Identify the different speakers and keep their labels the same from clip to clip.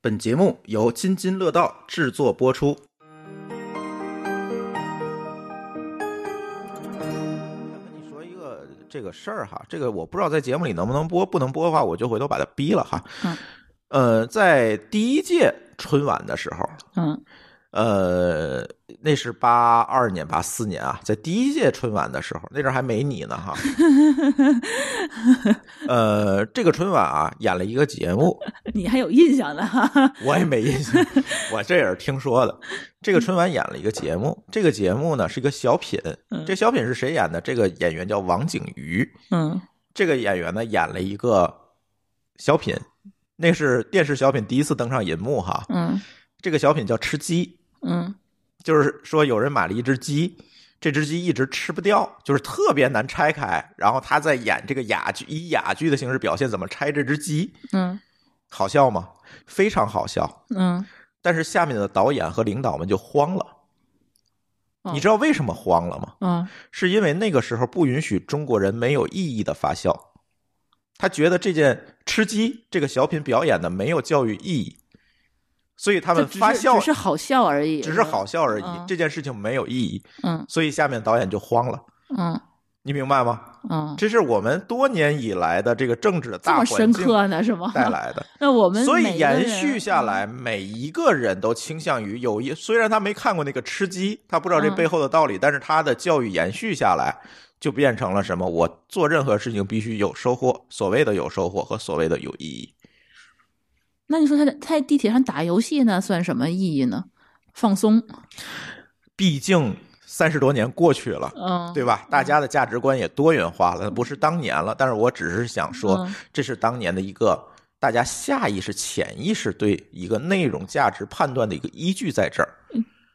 Speaker 1: 本节目由津津乐道制作播出。想跟你说一个这个事儿哈，这个我不知道在节目里能不能播，不能播的话我就回头把它逼了哈。
Speaker 2: 嗯
Speaker 1: 呃，在第一届春晚的时候，
Speaker 2: 嗯
Speaker 1: 呃，那是八二年、八四年啊，在第一届春晚的时候，那阵儿还没你呢哈。呃，这个春晚啊，演了一个节目，
Speaker 2: 你还有印象呢？哈，
Speaker 1: 我也没印象，我这也是听说的。这个春晚演了一个节目，这个节目呢是一个小品，
Speaker 2: 嗯
Speaker 1: 这小品是谁演的？这个演员叫王景瑜，
Speaker 2: 嗯
Speaker 1: 这个演员呢演了一个小品，那是电视小品第一次登上银幕哈。
Speaker 2: 嗯
Speaker 1: 这个小品叫《吃鸡》。
Speaker 2: 嗯
Speaker 1: 就是说有人买了一只鸡，这只鸡一直吃不掉，就是特别难拆开。然后他在演这个哑剧，以哑剧的形式表现怎么拆这只鸡，
Speaker 2: 嗯
Speaker 1: 好笑吗？非常好笑。
Speaker 2: 嗯，
Speaker 1: 但是下面的导演和领导们就慌了
Speaker 2: 哦。
Speaker 1: 你知道为什么慌了吗？
Speaker 2: 嗯
Speaker 1: 是因为那个时候不允许中国人没有意义的发笑，他觉得这件吃鸡这个小品表演的没有教育意义，所以他
Speaker 2: 就
Speaker 1: 们
Speaker 2: 只是
Speaker 1: 发笑
Speaker 2: 只是好笑而已，
Speaker 1: 只是好笑而已
Speaker 2: 嗯，
Speaker 1: 这件事情没有意义。
Speaker 2: 嗯
Speaker 1: 所以下面导演就慌了，
Speaker 2: 嗯
Speaker 1: 你明白吗？
Speaker 2: 嗯，
Speaker 1: 这是我们多年以来的这个政治的
Speaker 2: 这
Speaker 1: 大
Speaker 2: 么
Speaker 1: 环
Speaker 2: 深
Speaker 1: 境
Speaker 2: 刻啊呢是吗？
Speaker 1: 带来的，
Speaker 2: 那我们
Speaker 1: 所
Speaker 2: 每
Speaker 1: 以
Speaker 2: 个人嗯
Speaker 1: 延续下来，每一个人都倾向于有一，虽然他没看过那个吃鸡，他不知道这
Speaker 2: 嗯
Speaker 1: 背后的道理，但是他的教育延续下来。就变成了什么？我做任何事情必须有收获，所谓的有收获和所谓的有意义。
Speaker 2: 那你说他在他在地铁上打游戏呢，算什么意义呢？放松，
Speaker 1: 毕竟三十多年过去了，
Speaker 2: 嗯，
Speaker 1: 对吧？大家的价值观也多元化了，不是当年了。但是我只是想说
Speaker 2: 嗯，
Speaker 1: 这是当年的一个大家下意识、潜意识对一个内容价值判断的一个依据在这儿。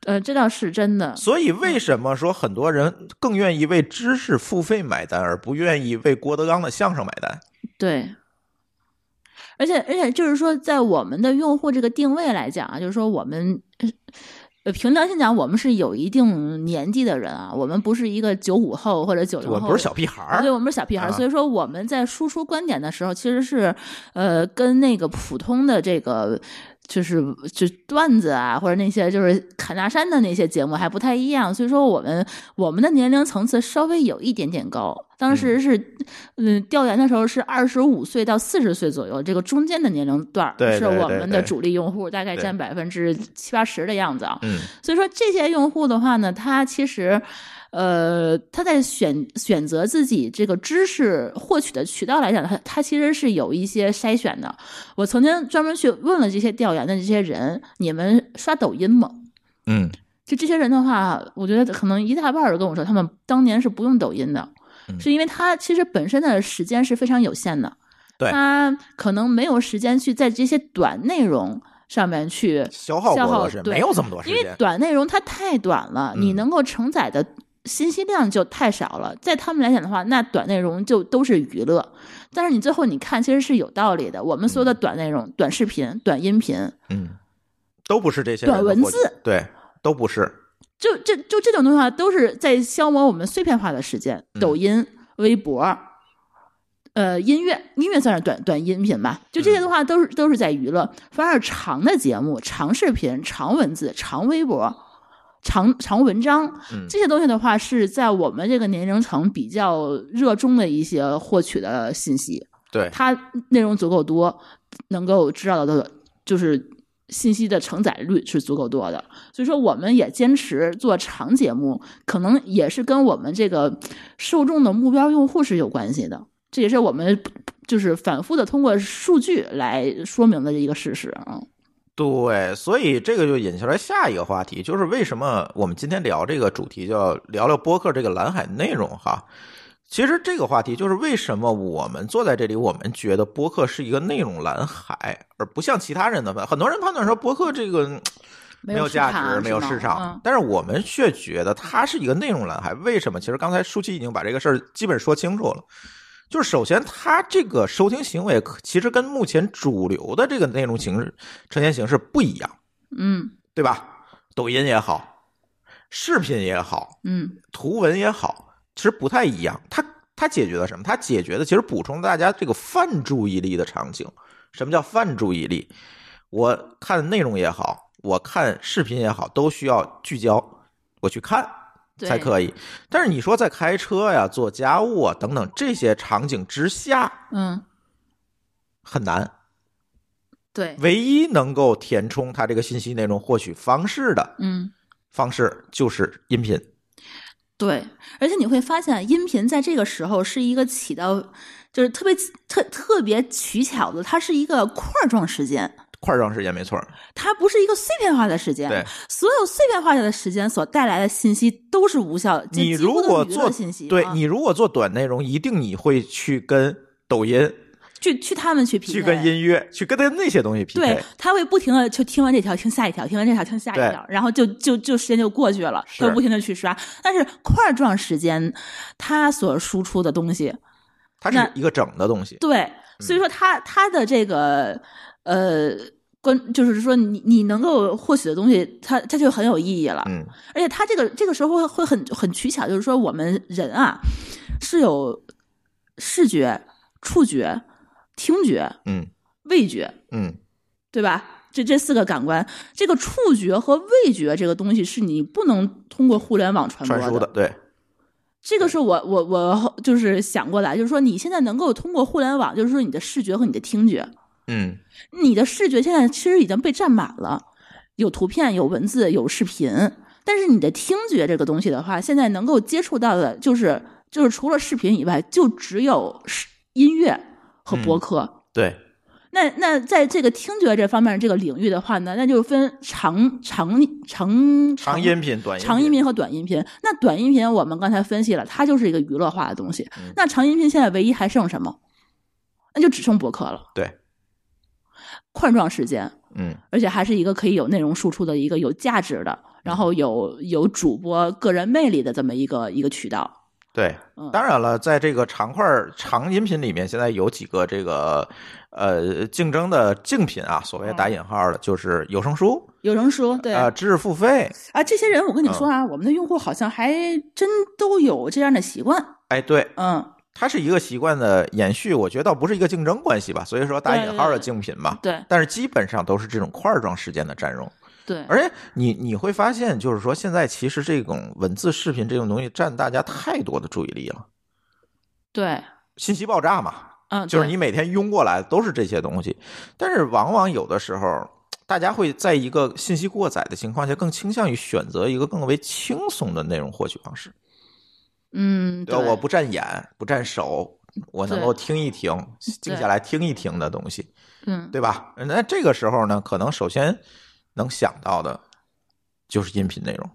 Speaker 2: 呃，这倒是真的，
Speaker 1: 所以为什么说很多人更愿意为知识付费买单，而不愿意为郭德纲的相声买单？
Speaker 2: 对。而且而且就是说，在我们的用户这个定位来讲啊，就是说我们。呃，凭良心讲，我们是有一定年纪的人啊，我们不是一个九五后或者九零后，
Speaker 1: 我们不是小屁孩
Speaker 2: 啊对，
Speaker 1: 儿，
Speaker 2: 我们是小屁孩儿，
Speaker 1: 啊
Speaker 2: 所以说我们在输出观点的时候，其实是呃跟那个普通的这个。就是就段子啊，或者那些就是侃大山的那些节目还不太一样，所以说我们我们的年龄层次稍微有一点点高。当时是，嗯，调研的时候是二十五岁到四十岁左右，这个中间的年龄段儿
Speaker 1: 对
Speaker 2: 是
Speaker 1: 对
Speaker 2: 我
Speaker 1: 对
Speaker 2: 们的
Speaker 1: 对
Speaker 2: 主力用户，大概
Speaker 1: 对
Speaker 2: 占百分之七八十的样子啊。
Speaker 1: 嗯，
Speaker 2: 所以说这些用户的话呢，他其实，呃，他在选选择自己这个知识获取的渠道来讲，他他其实是有一些筛选的。我曾经专门去问了这些调研的这些人，你们刷抖音吗？
Speaker 1: 嗯，
Speaker 2: 就这些人的话，我觉得可能一大半儿跟我说，他们当年是不用抖音的，
Speaker 1: 嗯
Speaker 2: 是因为他其实本身的时间是非常有限的，
Speaker 1: 对
Speaker 2: 他可能没有时间去在这些短内容上面去
Speaker 1: 消耗
Speaker 2: 消
Speaker 1: 过
Speaker 2: 耗
Speaker 1: 多是
Speaker 2: 对
Speaker 1: 没有这么多时
Speaker 2: 因为
Speaker 1: 间，
Speaker 2: 短内容它太短了，你
Speaker 1: 嗯
Speaker 2: 能够承载的信息量就太少了。在他们来讲的话，那短内容就都是娱乐，但是你最后你看，其实是有道理的。我们所有的短内容、短视频、短音频，
Speaker 1: 嗯，都不是这些人
Speaker 2: 短
Speaker 1: 的
Speaker 2: 文
Speaker 1: 获取
Speaker 2: 字，
Speaker 1: 对，都不是，
Speaker 2: 就这就这种东西啊，都是在消磨我们碎片化的时间。
Speaker 1: 嗯
Speaker 2: 抖音、微博，呃，音乐，音乐算是短短音频吧。就这些的
Speaker 1: 嗯
Speaker 2: 话，都是都是在娱乐。反而长的节目、长视频、长文字、长微博、长长文章
Speaker 1: 嗯
Speaker 2: 这些东西的话，是在我们这个年龄层比较热衷的一些获取的信息。
Speaker 1: 对，
Speaker 2: 它内容足够多，能够知道的就是信息的承载率是足够多的。所以说，我们也坚持做长节目，可能也是跟我们这个受众的目标用户是有关系的。这也是我们就是反复的通过数据来说明的一个事实啊。
Speaker 1: 对，所以这个就引出来下一个话题，就是为什么我们今天聊这个主题，叫聊聊播客这个蓝海内容哈。其实这个话题就是为什么我们坐在这里，我们觉得播客是一个内容蓝海，而不像其他人的判。很多人判断说播客这个嗯没
Speaker 2: 有市
Speaker 1: 价
Speaker 2: 场
Speaker 1: 值，没有市
Speaker 2: 是
Speaker 1: 场
Speaker 2: 吗，嗯
Speaker 1: 但是我们却觉得它是一个内容蓝海。为什么？其实刚才舒淇已经把这个事儿基本说清楚了。就是首先，它这个收听行为可其实跟目前主流的这个内容形式呈现形式不一样，
Speaker 2: 嗯
Speaker 1: 对吧？抖音也好，视频也好，
Speaker 2: 嗯
Speaker 1: 图文也好，其实不太一样。它它解决了什么？它解决的其实补充大家这个泛注意力的场景。什么叫泛注意力？我看内容也好，我看视频也好，都需要聚焦，我去看
Speaker 2: 对
Speaker 1: 才可以。但是你说在开车呀、做家务啊等等这些场景之下
Speaker 2: 嗯，
Speaker 1: 很难。
Speaker 2: 对，嗯
Speaker 1: 唯一能够填充它这个信息内容获取方式的
Speaker 2: 嗯。
Speaker 1: 方式就是音频。
Speaker 2: 对，而且你会发现，音频在这个时候是一个起到，就是特别特特别取巧的，它是一个块儿状时间，
Speaker 1: 块状时间没错儿，
Speaker 2: 它不是一个碎片化的时间。
Speaker 1: 对，
Speaker 2: 所有碎片化的时间所带来的信息都是无效的。这
Speaker 1: 你
Speaker 2: 几
Speaker 1: 如
Speaker 2: 乎都是
Speaker 1: 果
Speaker 2: 娱乐
Speaker 1: 做
Speaker 2: 信息，
Speaker 1: 对
Speaker 2: 啊
Speaker 1: 你如果做短内容，一定你会去跟抖音、
Speaker 2: 去去他们去匹配，
Speaker 1: 去跟音乐、去跟他那些东西匹
Speaker 2: 对
Speaker 1: 配。，
Speaker 2: 他会不停的就听完这条，听下一条，听完这条，听下一
Speaker 1: 对
Speaker 2: 条，然后就就就时间就过去了，
Speaker 1: 是
Speaker 2: 他会不停的去刷。但是块儿状时间，它所输出的东西，
Speaker 1: 它
Speaker 2: 那
Speaker 1: 是一个整的东西。
Speaker 2: 对，
Speaker 1: 嗯
Speaker 2: 所以说他他的这个呃关，就是说你你能够获取的东西，它它就很有意义了。
Speaker 1: 嗯，
Speaker 2: 而且他这个这个时候会会很很取巧，就是说我们人啊是有视觉、触觉、听觉、
Speaker 1: 嗯
Speaker 2: 味觉，
Speaker 1: 嗯，
Speaker 2: 对吧？这这四个感官，这个触觉和味觉这个东西是你不能通过互联网传播
Speaker 1: 传输的，对，
Speaker 2: 这个是我我我后就是想过啊来，就是说你现在能够通过互联网，就是说你的视觉和你的听觉，
Speaker 1: 嗯，
Speaker 2: 你的视觉现在其实已经被占满了，有图片、有文字、有视频，但是你的听觉这个东西的话，现在能够接触到的，就是就是除了视频以外，就只有是音乐和
Speaker 1: 嗯
Speaker 2: 播客。
Speaker 1: 对，
Speaker 2: 那那在这个听觉这方面这个领域的话呢，那就分长长长
Speaker 1: 长音频、短
Speaker 2: 长音频和短音频。那短音频我们刚才分析了，它就是一个娱乐化的东西。
Speaker 1: 嗯
Speaker 2: 那长音频现在唯一还剩什么？那就只剩博客了，
Speaker 1: 对，
Speaker 2: 块状时间。
Speaker 1: 嗯，
Speaker 2: 而且还是一个可以有内容输出的一个有价值的，然后有有主播个人魅力的这么一个一个渠道。
Speaker 1: 对
Speaker 2: 嗯。
Speaker 1: 当然了，在这个长块儿长音频里面，现在有几个这个呃竞争的竞品啊，所谓打引号的，就是有声书
Speaker 2: 有人说，嗯对
Speaker 1: 啊、知识付费，
Speaker 2: 啊，这些人我跟你
Speaker 1: 嗯
Speaker 2: 说啊，我们的用户好像还真都有这样的习惯，
Speaker 1: 哎，对，
Speaker 2: 嗯，
Speaker 1: 它是一个习惯的延续，我觉得倒不是一个竞争关系吧，所以说打
Speaker 2: 对
Speaker 1: 引号
Speaker 2: 对
Speaker 1: 的竞品嘛。
Speaker 2: 对
Speaker 1: 但是基本上都是这种块儿状事件的占用，
Speaker 2: 对，
Speaker 1: 而且你你会发现，就是说现在其实这种文字、视频这种东西占大家太多的注意力了，
Speaker 2: 对，
Speaker 1: 信息爆炸嘛，
Speaker 2: 嗯，
Speaker 1: 就是
Speaker 2: 对
Speaker 1: 你每天拥过来的都是这些东西，但是往往有的时候，大家会在一个信息过载的情况下，更倾向于选择一个更为轻松的内容获取方式。
Speaker 2: 嗯，
Speaker 1: 对吧，呃我不占眼，不占手，我能
Speaker 2: 对
Speaker 1: 够听一听，静下来听一听的东西，
Speaker 2: 嗯，
Speaker 1: 对吧？那这个时候呢，可能首先能想到的就是音频内容。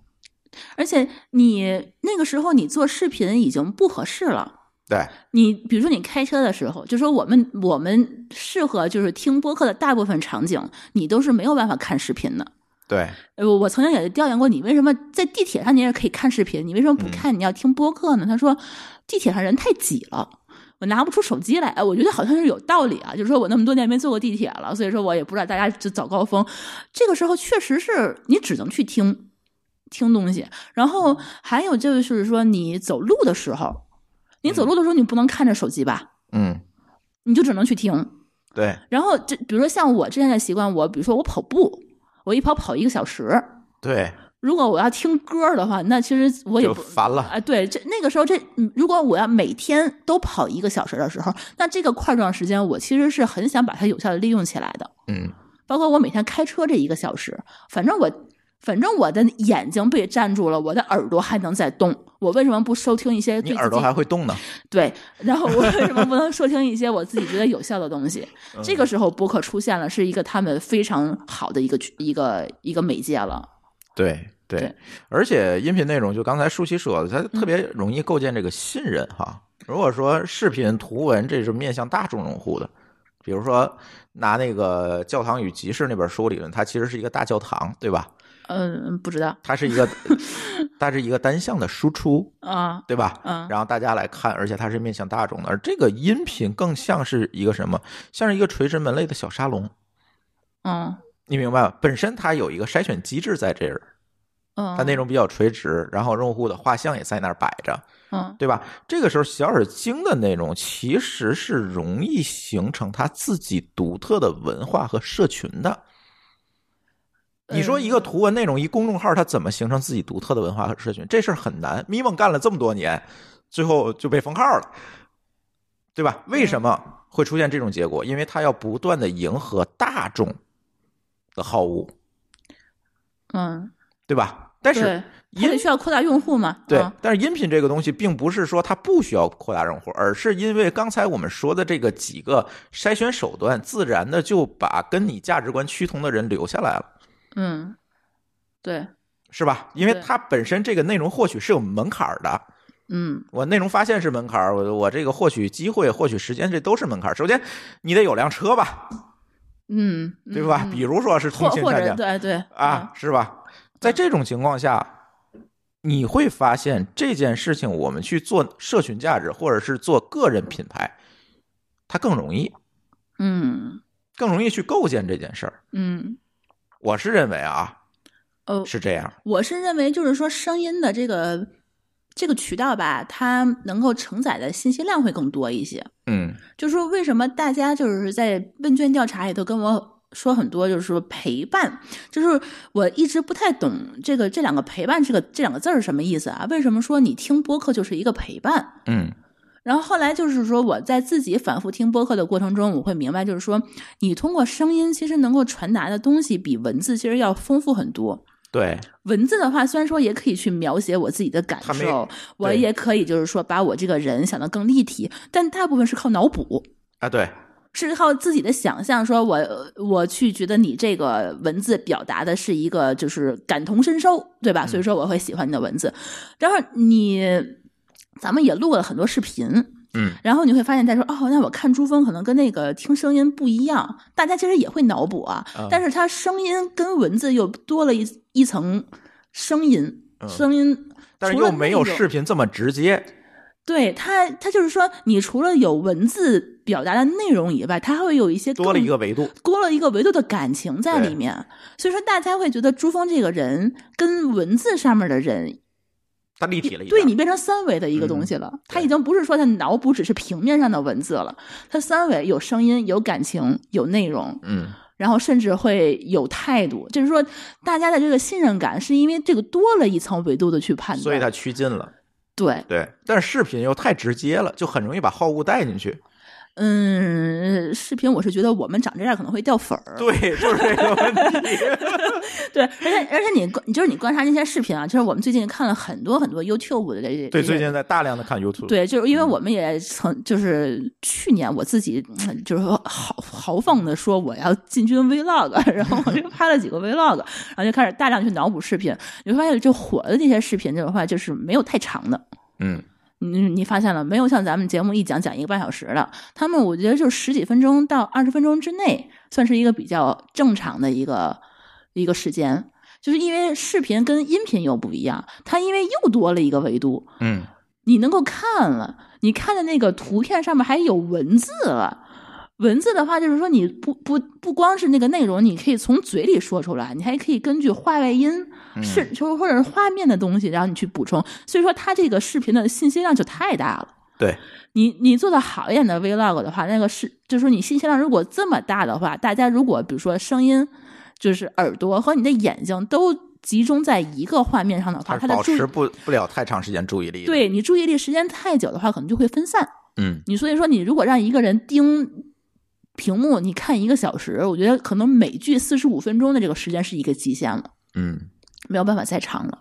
Speaker 2: 而且你那个时候你做视频已经不合适了。
Speaker 1: 对，
Speaker 2: 你比如说你开车的时候，就说我们我们适合就是听播客的大部分场景，你都是没有办法看视频的。
Speaker 1: 对，
Speaker 2: 呃，我曾经也调研过，你为什么在地铁上你也可以看视频，你为什么不看？你要听播客呢？他说，地铁上人太挤了，我拿不出手机来。哎，我觉得好像是有道理啊，就是说我那么多年没坐过地铁了，所以说我也不知道大家就早高峰，这个时候确实是你只能去听听东西。然后还有就是说，你走路的时候，你走路的时候你不能看着手机吧，
Speaker 1: 嗯，
Speaker 2: 你就只能去听。
Speaker 1: 对，
Speaker 2: 然后这比如说像我之前的习惯，我比如说我跑步，我一跑跑一个小时。
Speaker 1: 对，
Speaker 2: 如果我要听歌的话，那其实我也
Speaker 1: 就
Speaker 2: 不
Speaker 1: 烦了。
Speaker 2: 啊，对，这那个时候这嗯如果我要每天都跑一个小时的时候，那这个块状时间我其实是很想把它有效的利用起来的。
Speaker 1: 嗯，
Speaker 2: 包括我每天开车这一个小时，反正我反正我的眼睛被占住了，我的耳朵还能在动，我为什么不收听一些对
Speaker 1: 你
Speaker 2: 自己
Speaker 1: 耳朵还会动呢。
Speaker 2: 对？然后我为什么不能收听一些我自己觉得有效的 东西？
Speaker 1: 嗯
Speaker 2: 这个时候播客出现了，是一个他们非常好的一个一个一个媒介了。
Speaker 1: 对对
Speaker 2: 对
Speaker 1: 而且音频内容就刚才舒淇说的，它特别容易构建这个信任哈。如果说视频、图文这是面向大众用户的，比如说拿那个《教堂与集市》那本书理论，它其实是一个大教堂，对吧？
Speaker 2: 嗯，不知道
Speaker 1: 它是一个它是一个单向的输出，
Speaker 2: 啊，
Speaker 1: 对吧？
Speaker 2: 嗯
Speaker 1: 然后大家来看，而且它是面向大众的，而这个音频更像是一个什么？像是一个垂直门类的小沙龙，
Speaker 2: 嗯。
Speaker 1: 你明白吗？本身它有一个筛选机制在这儿，
Speaker 2: 嗯，
Speaker 1: 它内容比较垂直，然后用户的画像也在那儿摆着，
Speaker 2: 嗯，
Speaker 1: 对吧？这个时候小而精的内容其实是容易形成它自己独特的文化和社群的，
Speaker 2: 呃
Speaker 1: 你说一个图文内容，一公众号，它怎么形成自己独特的文化和社群？这事儿很难。咪蒙干了这么多年，最后就被封号了，对吧？为什么
Speaker 2: 嗯
Speaker 1: 会出现这种结果？因为他要不断的迎合大众的好恶，
Speaker 2: 嗯，
Speaker 1: 对吧？但
Speaker 2: 对
Speaker 1: 是，
Speaker 2: 它
Speaker 1: 音
Speaker 2: 得需要扩大用户嘛，
Speaker 1: 对
Speaker 2: 啊，
Speaker 1: 但是音频这个东西，并不是说它不需要扩大用户，而是因为刚才我们说的这个几个筛选手段，自然的就把跟你价值观趋同的人留下来了。
Speaker 2: 嗯，对，
Speaker 1: 是吧？因为
Speaker 2: 对
Speaker 1: 它本身这个内容获取是有门槛儿的，
Speaker 2: 嗯，
Speaker 1: 我内容发现是门槛儿，我我这个获取机会、获取时间，这都是门槛儿。首先，你得有辆车吧，
Speaker 2: 嗯，
Speaker 1: 对吧？
Speaker 2: 嗯
Speaker 1: 比如说是
Speaker 2: 或
Speaker 1: 通勤
Speaker 2: 或
Speaker 1: 车
Speaker 2: 者
Speaker 1: 辆
Speaker 2: 对对
Speaker 1: 啊，，
Speaker 2: 嗯
Speaker 1: 是吧？在这种情况下，你会发现这件事情，我们去做社群价值或者是做个人品牌，它更容易，
Speaker 2: 嗯
Speaker 1: 更容易去构建这件事儿。
Speaker 2: 嗯，
Speaker 1: 我是认为啊，
Speaker 2: 呃，
Speaker 1: 是这样，
Speaker 2: 我是认为就是说声音的这个这个渠道吧，它能够承载的信息量会更多一些。
Speaker 1: 嗯
Speaker 2: 就是说，为什么大家就是在问卷调查里头跟我说很多，就是说陪伴，就是我一直不太懂这个这两个陪伴这个这两个字儿是什么意思啊？为什么说你听播客就是一个陪伴？
Speaker 1: 嗯
Speaker 2: 然后后来就是说，我在自己反复听播客的过程中，我会明白，就是说，你通过声音其实能够传达的东西比文字其实要丰富很多。
Speaker 1: 对，
Speaker 2: 文字的话，虽然说也可以去描写我自己的感
Speaker 1: 它没
Speaker 2: 受，我
Speaker 1: 对
Speaker 2: 也可以就是说把我这个人想得更立体，但大部分是靠脑补，
Speaker 1: 啊对，
Speaker 2: 是靠自己的想象。说我我去觉得你这个文字表达的是一个就是感同身受，对吧？
Speaker 1: 嗯
Speaker 2: 所以说我会喜欢你的文字。然后你，咱们也录了很多视频，
Speaker 1: 嗯
Speaker 2: 然后你会发现，他说哦，那我看珠峰可能跟那个听声音不一样，大家其实也会脑补啊，
Speaker 1: 嗯
Speaker 2: 但是它声音跟文字又多了一一层声音，
Speaker 1: 嗯
Speaker 2: 声音，
Speaker 1: 但是
Speaker 2: 除了
Speaker 1: 又没有
Speaker 2: 那种
Speaker 1: 视频这么直接。
Speaker 2: 对它，它就是说，你除了有文字表达的内容以外，它还会有一些
Speaker 1: 多了
Speaker 2: 更
Speaker 1: 一个维度。
Speaker 2: 多了一个维度的感情在
Speaker 1: 对
Speaker 2: 里面，所以说大家会觉得珠峰这个人跟文字上面的人，
Speaker 1: 它立体了一点。嗯
Speaker 2: 对你变成三维的一个东西了。他已经不是说他脑补只是平面上的文字了，他三维有声音、有感情、有内容，
Speaker 1: 嗯，
Speaker 2: 然后甚至会有态度。就是说，大家的这个信任感是因为这个多了一层维度的去判断，
Speaker 1: 所以它趋近了。
Speaker 2: 对，
Speaker 1: 对，但是视频又太直接了，就很容易把好物带进去。
Speaker 2: 嗯，视频我是觉得我们长这样可能会掉粉儿，
Speaker 1: 对，就是这个问 题。
Speaker 2: 对，而且而且你观你就是你观察那些视频啊，就是我们最近看了很多很多 YouTube 的这些
Speaker 1: 对，
Speaker 2: 这些
Speaker 1: 最近在大量的看 YouTube。，
Speaker 2: 对，就是因为我们也曾就是去年我自己嗯就是豪豪放的说我要进军 Vlog，然 后我就拍了几个 Vlog，然后就开始大量去脑补视频，你会发现就火的那些视频的话就是没有太长的。
Speaker 1: 嗯，
Speaker 2: 你你发现了没有？像咱们节目一讲讲一个半小时的，他们我觉得就十几分钟到二十分钟之内，算是一个比较正常的一个一个时间。就是因为视频跟音频又不一样，它因为又多了一个维度，
Speaker 1: 嗯，
Speaker 2: 你能够看了，你看的那个图片上面还有文字了。文字的话，就是说你不不不光是那个内容，你可以从嘴里说出来，你还可以根据话外音
Speaker 1: 嗯
Speaker 2: 是就是或者是画面的东西，然后你去补充。所以说，它这个视频的信息量就太大了。
Speaker 1: 对，
Speaker 2: 你你做的好一点的 vlog 的话，那个是就是说你信息量如果这么大的话，大家如果比如说声音，就是耳朵和你的眼睛都集中在一个画面上的话，
Speaker 1: 它是
Speaker 2: 它的
Speaker 1: 保
Speaker 2: 注意
Speaker 1: 持不不了太长时间注意力。，
Speaker 2: 对你注意力时间太久的话，可能就会分散。
Speaker 1: 嗯，
Speaker 2: 你所以说，你如果让一个人盯屏幕，你看一个小时，我觉得可能美剧四十五分钟的这个时间是一个极限了，
Speaker 1: 嗯，
Speaker 2: 没有办法再长了。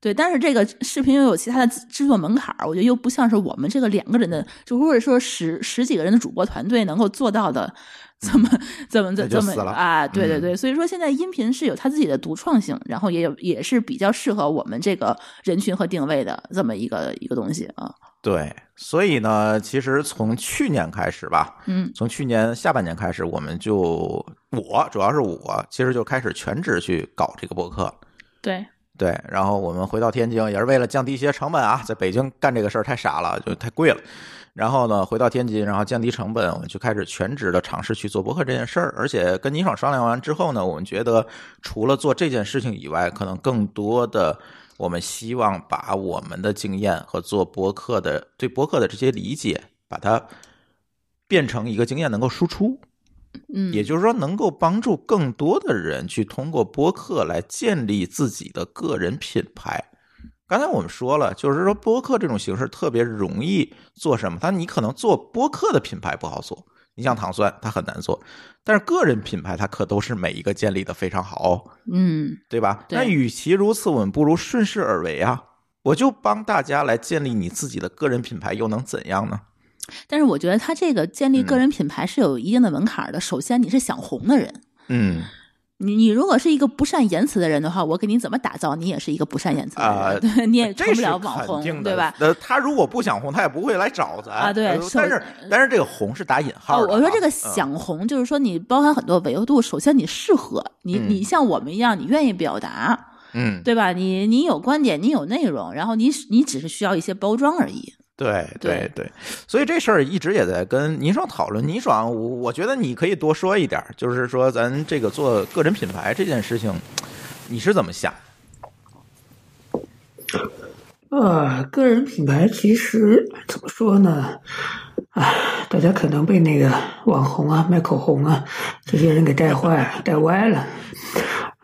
Speaker 2: 对，但是这个视频又有其他的制制作门槛儿，我觉得又不像是我们这个两个人的，就或者说十十几个人的主播团队能够做到的，这么这么
Speaker 1: 嗯那
Speaker 2: 这
Speaker 1: 就
Speaker 2: 这么
Speaker 1: 死了嗯
Speaker 2: 啊？对对对，所以说现在音频是有它自己的独创性，然后也有也是比较适合我们这个人群和定位的这么一个一个东西啊。
Speaker 1: 对。所以呢，其实从去年开始吧，
Speaker 2: 嗯
Speaker 1: 从去年下半年开始，我们就我主要是我，其实就开始全职去搞这个博客。，
Speaker 2: 对，
Speaker 1: 对，然后我们回到天津也是为了降低一些成本啊，在北京干这个事儿太傻了，就太贵了。然后呢，回到天津，然后降低成本，我就开始全职的尝试去做博客这件事儿。而且跟倪爽商量完之后呢，我们觉得除了做这件事情以外，可能更多的我们希望把我们的经验和做博客的对博客的这些理解，把它变成一个经验能够输出。
Speaker 2: 嗯，
Speaker 1: 也就是说，能够帮助更多的人去通过播客来建立自己的个人品牌。刚才我们说了，就是说播客这种形式特别容易做什么？它你可能做播客的品牌不好做，你像糖蒜它很难做，但是个人品牌它可都是每一个建立的非常好哦、
Speaker 2: 嗯
Speaker 1: 对吧？
Speaker 2: 对
Speaker 1: 那与其如此，我们不如顺势而为啊！我就帮大家来建立你自己的个人品牌，又能怎样呢？
Speaker 2: 但是我觉得他这个建立个
Speaker 1: 嗯
Speaker 2: 人品牌是有一定的门槛儿的。首先，你是想红的人，
Speaker 1: 嗯
Speaker 2: 你你如果是一个不善言辞的人的话，我给你怎么打造，你也是一个不善言辞的人，
Speaker 1: 啊
Speaker 2: 对，你也成
Speaker 1: 这
Speaker 2: 不
Speaker 1: 是
Speaker 2: 了网
Speaker 1: 肯定
Speaker 2: 红，
Speaker 1: 的
Speaker 2: 对吧？？
Speaker 1: 呃，他如果不想红，他也不会来找咱
Speaker 2: 啊对
Speaker 1: 呃
Speaker 2: 首
Speaker 1: 但是但是这个红是打引号的啊、
Speaker 2: 哦我说这个
Speaker 1: 嗯
Speaker 2: 想红，就是说你包含很多维度。首先，你适合你，
Speaker 1: 嗯
Speaker 2: 你像我们一样，你愿意表达，
Speaker 1: 嗯，
Speaker 2: 对吧？你你有观点，你有内容，然后你你只是需要一些包装而已。
Speaker 1: 对
Speaker 2: 对
Speaker 1: 对，所以这事儿一直也在跟倪爽讨论。倪爽，我我觉得你可以多说一点儿，就是说咱这个做个人品牌这件事情，你是怎么想？
Speaker 3: 呃，个人品牌其实怎么说呢？唉，大家可能被那个网红啊、卖口红啊这些人给带坏、带歪了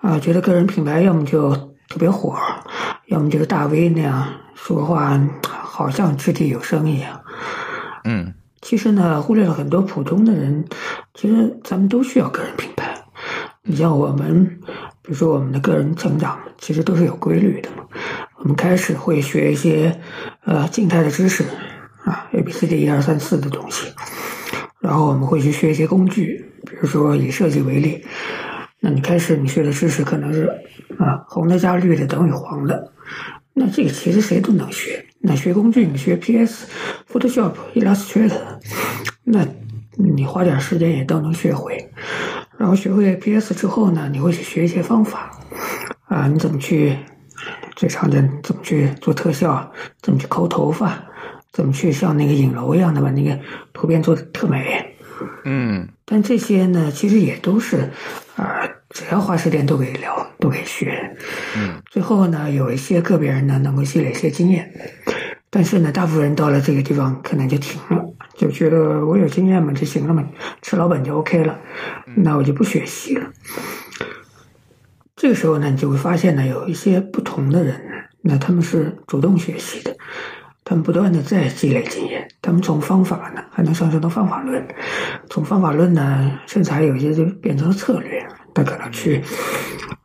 Speaker 3: 啊、觉得个人品牌要么就特别火，要么就是大 V 那样说话，好像掷地有声一样。
Speaker 1: 嗯
Speaker 3: 其实呢，忽略了很多普通的人。其实咱们都需要个人品牌。你像我们，比如说我们的个人成长，其实都是有规律的嘛。我们开始会学一些呃静态的知识啊，A B C D 一二三四的东西，然后我们会去学一些工具，比如说以设计为例，那你开始你学的知识可能是啊红的加绿的等于黄的，那这个其实谁都能学。那学工具，你学 PS、Photoshop、Illustrator，那你花点时间也都能学会。然后学会 PS 之后呢，你会去学一些方法啊，你怎么去最常见怎么去做特效，怎么去抠头发，怎么去像那个影楼一样的把那个图片做的特美。
Speaker 1: 嗯
Speaker 3: 但这些呢，其实也都是啊，只要花时间都可以聊，都可以学。
Speaker 1: 嗯
Speaker 3: 最后呢，有一些个别人呢能够积累一些经验，但是呢，大部分人到了这个地方可能就停了，就觉得我有经验嘛就行了嘛，吃老本就 OK 了，那我就不学习了。这个时候呢，你就会发现呢，有一些不同的人，那他们是主动学习的，他们不断的在积累经验，他们从方法呢还能上升到方法论，从方法论呢，甚至还有一些就变成了策略，他可能去，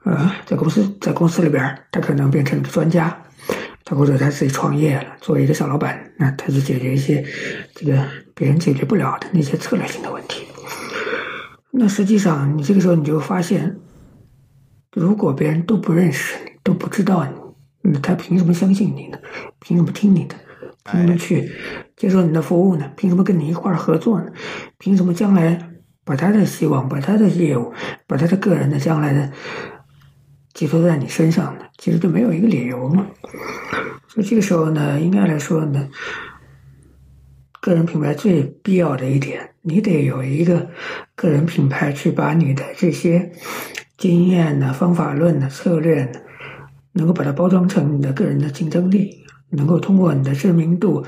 Speaker 3: 呃，在公司在公司里边儿，他可能变成一个专家，他或者他自己创业了，作为一个小老板，那他就解决一些这个别人解决不了的那些策略性的问题。那实际上，你这个时候你就发现，如果别人都不认识你，都不知道你，那他凭什么相信你呢？凭什么听你的？凭什么去接受你的服务呢？凭什么跟你一块儿合作呢？凭什么将来把他的希望、把他的业务、把他的个人的将来的寄托在你身上呢？其实就没有一个理由嘛。所以这个时候呢，应该来说呢，个人品牌最必要的一点，你得有一个个人品牌去把你的这些经验呢、方法论呢、策略呢，能够把它包装成你的个人的竞争力，能够通过你的知名度，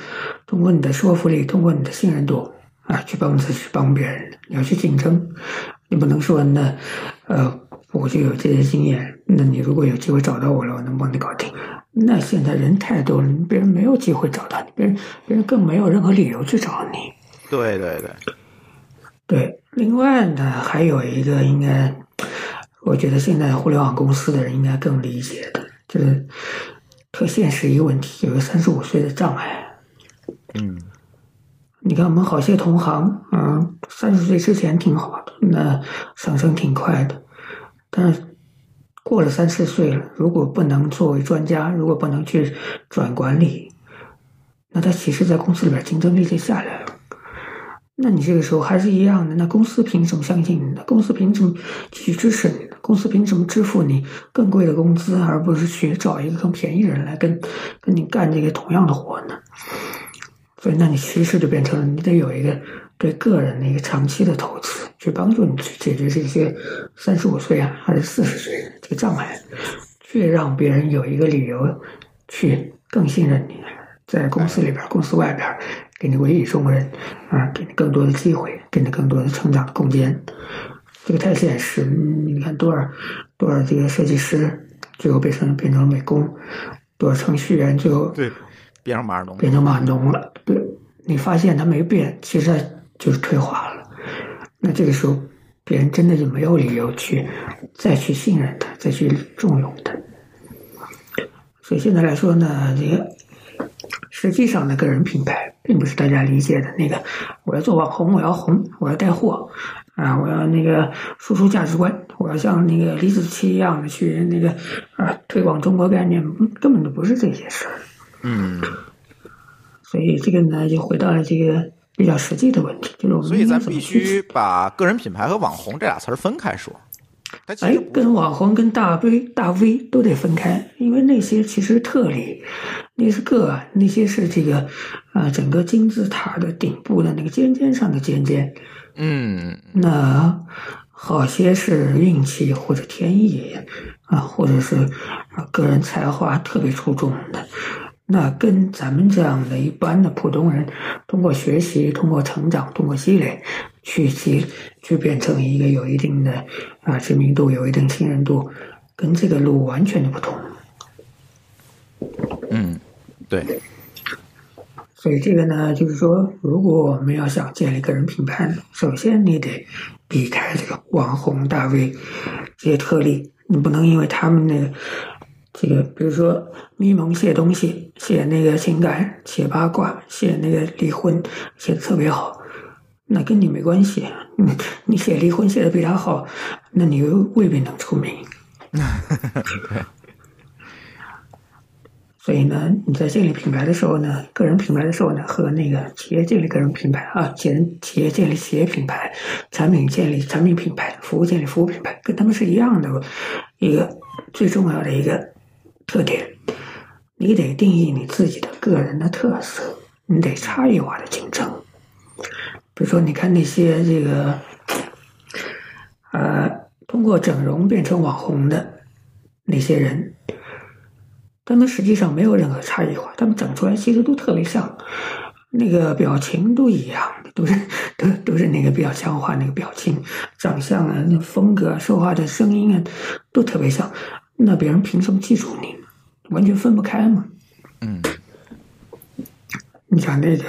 Speaker 3: 通过你的说服力，通过你的信任度啊，去帮自己、去帮别人。你要去竞争，你不能说那，呃，我就有这些经验，那你如果有机会找到我了，我能帮你搞定。那现在人太多了，别人没有机会找到你，别人别人更没有任何理由去找你。
Speaker 1: 对对对，
Speaker 3: 对，另外呢，还有一个应该，我觉得现在互联网公司的人应该更理解的，就是特现实一个问题，有个三十五岁的障碍。
Speaker 1: 嗯
Speaker 3: 你看，我们好些同行，嗯，三十岁之前挺好的，那上升挺快的，但是过了三十岁了，如果不能作为专家，如果不能去转管理，那他其实在公司里边竞争力就下来了。那你这个时候还是一样的，那公司凭什么相信你呢？公司凭什么继续支持你呢？公司凭什么支付你更贵的工资，而不是去找一个更便宜的人来跟跟你干这个同样的活呢？所以，那你趋势就变成了你得有一个对个人的一个长期的投资，去帮助你去解决这些三十五岁啊还是四十岁的这个障碍，去让别人有一个理由去更信任你，在公司里边、公司外边，给你维语中国人啊，给你更多的机会，给你更多的成长的空间。这个太现实，嗯你看多少多少这个设计师最后变成变成美工，多少程序员最后
Speaker 4: 对，
Speaker 1: 变成马尔龙，
Speaker 3: 变成码农了。对，你发现他没变，其实他就是退化了。那这个时候，别人真的就没有理由去再去信任他，再去重用他。所以现在来说呢，这个实际上呢，个人品牌并不是大家理解的那个，我要做网红，我要红，我要带货，啊，我要那个输出价值观，我要像那个李子柒一样的去那个啊推广中国概念，嗯根本就不是这些事儿。
Speaker 1: 嗯，
Speaker 3: 所以这个呢，就回到了这个比较实际的问题，就是我们
Speaker 1: 所以
Speaker 3: 应该
Speaker 1: 咱
Speaker 3: 怎么
Speaker 1: 必
Speaker 3: 去
Speaker 1: 须把个人品牌和网红这俩词儿分开说。它其
Speaker 3: 哎
Speaker 1: 实，不
Speaker 3: 跟网红、跟大 V、大 V 都得分开，因为那些其实是特例，那是个案，那些是这个，呃，整个金字塔的顶部的那个尖尖上的尖尖，
Speaker 1: 嗯，
Speaker 3: 那好些是运气或者天意啊，或者是啊个人才华特别出众的。那跟咱们这样的一般的普通人，通过学习、通过成长、通过积累，去积去变成一个有一定的啊知名度、有一定信任度，跟这个路完全就不同。
Speaker 1: 嗯，对，
Speaker 3: 所以这个呢，就是说，如果我们要想建立个人品牌，首先你得避开这个网红大 V 这些特例，你不能因为他们那个这个，比如说咪蒙写东西、写那个情感、写八卦、写那个离婚，写的特别好。那跟你没关系， 你你写离婚写的比他好，那你又未必能出名。所以呢，你在建立品牌的时候呢，个人品牌的时候呢，和那个企业建立个人品牌啊，企业企业建立企业品牌，产品建立产品品牌，服务建立服务品牌，跟他们是一样的一个最重要的一个特点。你得定义你自己的个人的特色，你得差异化的竞争。比如说，你看那些这个，呃，通过整容变成网红的那些人，他们实际上没有任何差异化，他们整出来其实都特别像，那个表情都一样，都是都都是那个比较强化那个表情、长相啊、那风格啊、说话的声音啊，都特别像。那别人凭什么记住你？完全分不开嘛。
Speaker 1: 嗯
Speaker 3: 你讲那个，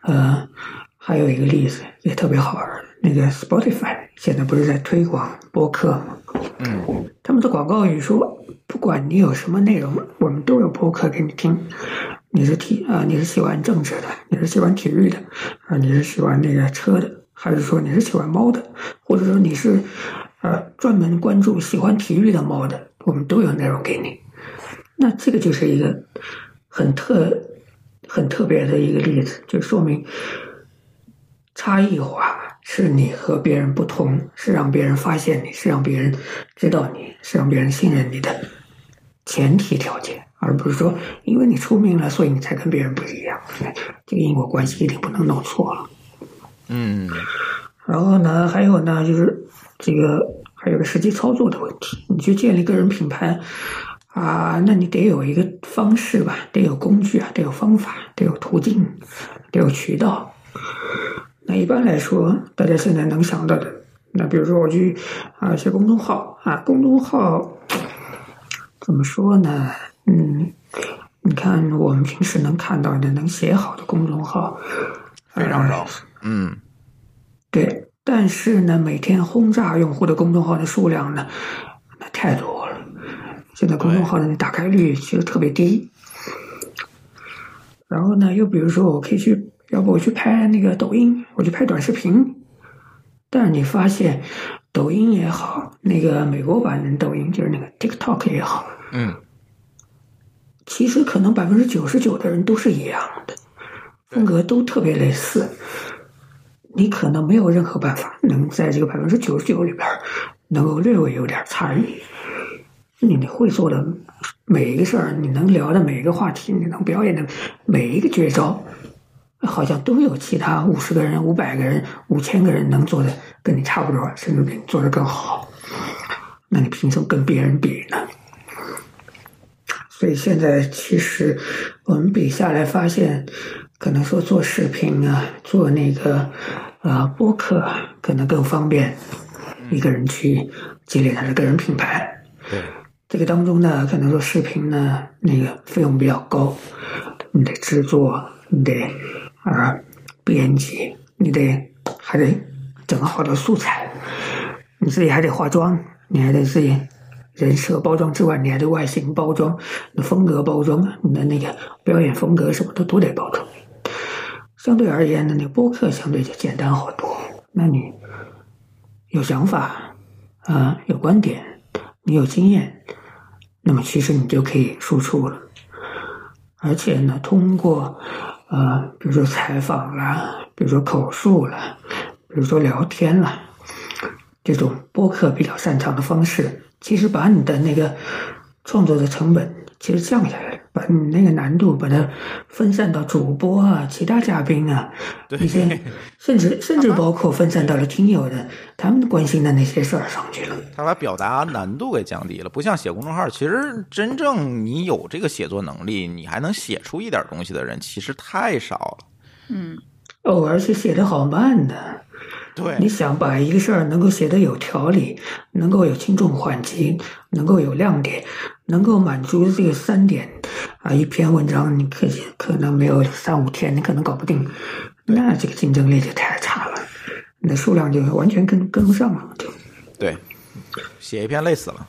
Speaker 3: 呃，还有一个例子也特别好玩儿，那个 Spotify 现在不是在推广播客吗？
Speaker 1: 嗯
Speaker 3: 他们的广告语说，不管你有什么内容，我们都有播客给你听。你是体啊、你是喜欢政治的，你是喜欢体育的，啊、你是喜欢那个车的，还是说你是喜欢猫的，或者说你是呃专门关注喜欢体育的猫的，我们都有内容给你。那这个就是一个很特很特别的一个例子，就说明差异化是你和别人不同，是让别人发现你，是让别人知道你，是让别人信任你的前提条件，而不是说因为你出名了，所以你才跟别人不一样。这个因果关系一定不能弄错了。
Speaker 1: 嗯
Speaker 3: 然后呢，还有呢，就是这个还有个实际操作的问题。你去建立个人品牌啊，那你得有一个方式吧，得有工具啊，得有方法，得有途径，得有渠道。那一般来说，大家现在能想到的，那比如说我去啊写公众号啊，公众号怎么说呢？嗯，你看我们平时能看到的能写好的公众号
Speaker 1: 非常少
Speaker 3: 呃
Speaker 1: 嗯
Speaker 3: 对，但是呢，每天轰炸用户的公众号的数量呢，那太多了。现在公众号的打开率其实特别低。然后呢，又比如说，我可以去，要不我去拍那个抖音，我去拍短视频。但是你发现，抖音也好，那个美国版的抖音就是那个 TikTok 也好，
Speaker 1: 嗯，
Speaker 3: 其实可能百分之九十九的人都是一样的，
Speaker 1: 对
Speaker 3: 风格都特别类似。你可能没有任何办法能在这个百分之九十九里边儿能够略微有点差异。你会做的每一个事儿，你能聊的每一个话题，你能表演的每一个绝招，好像都有其他五十个人、五百个人、五千个人能做的跟你差不多，甚至比你做的更好。那你凭什么跟别人比呢？所以现在其实我们比下来发现，可能说做视频啊，做那个呃播客啊，可能更方便一个人去积累他的个人品牌。
Speaker 1: 对，
Speaker 3: 这个当中呢，可能说视频呢，那个费用比较高，你得制作，你得啊编辑，你得还得整好的素材，你自己还得化妆，你还得自己人设包装之外，你还得外形包装、你的风格包装、你的那个表演风格什么的都得包装。相对而言呢，那播客相对就简单好多。那你有想法，啊、有观点，你有经验，那么其实你就可以输出了。而且呢，通过呃，比如说采访啦，比如说口述啦，比如说聊天啦，这种播客比较擅长的方式，其实把你的那个创作的成本其实降下来了，把你那个难度把它分散到主播啊、其他嘉宾啊，一些甚至甚至包括分散到了听友的他们关心的那些事儿上去了。
Speaker 1: 他把表达难度给降低了，不像写公众号，其实真正你有这个写作能力，你还能写出一点东西的人，其实太少了。
Speaker 2: 嗯，
Speaker 3: 偶尔是写的好慢的，
Speaker 1: 对
Speaker 3: 你想把一个事儿能够写得有条理，能够有轻重缓急，能够有亮点，能够满足这个三点啊，一篇文章你可可能没有三五天，你可能搞不定，那这个竞争力就太差了，你的数量就完全跟跟不上了，就
Speaker 1: 对，写一篇累死了。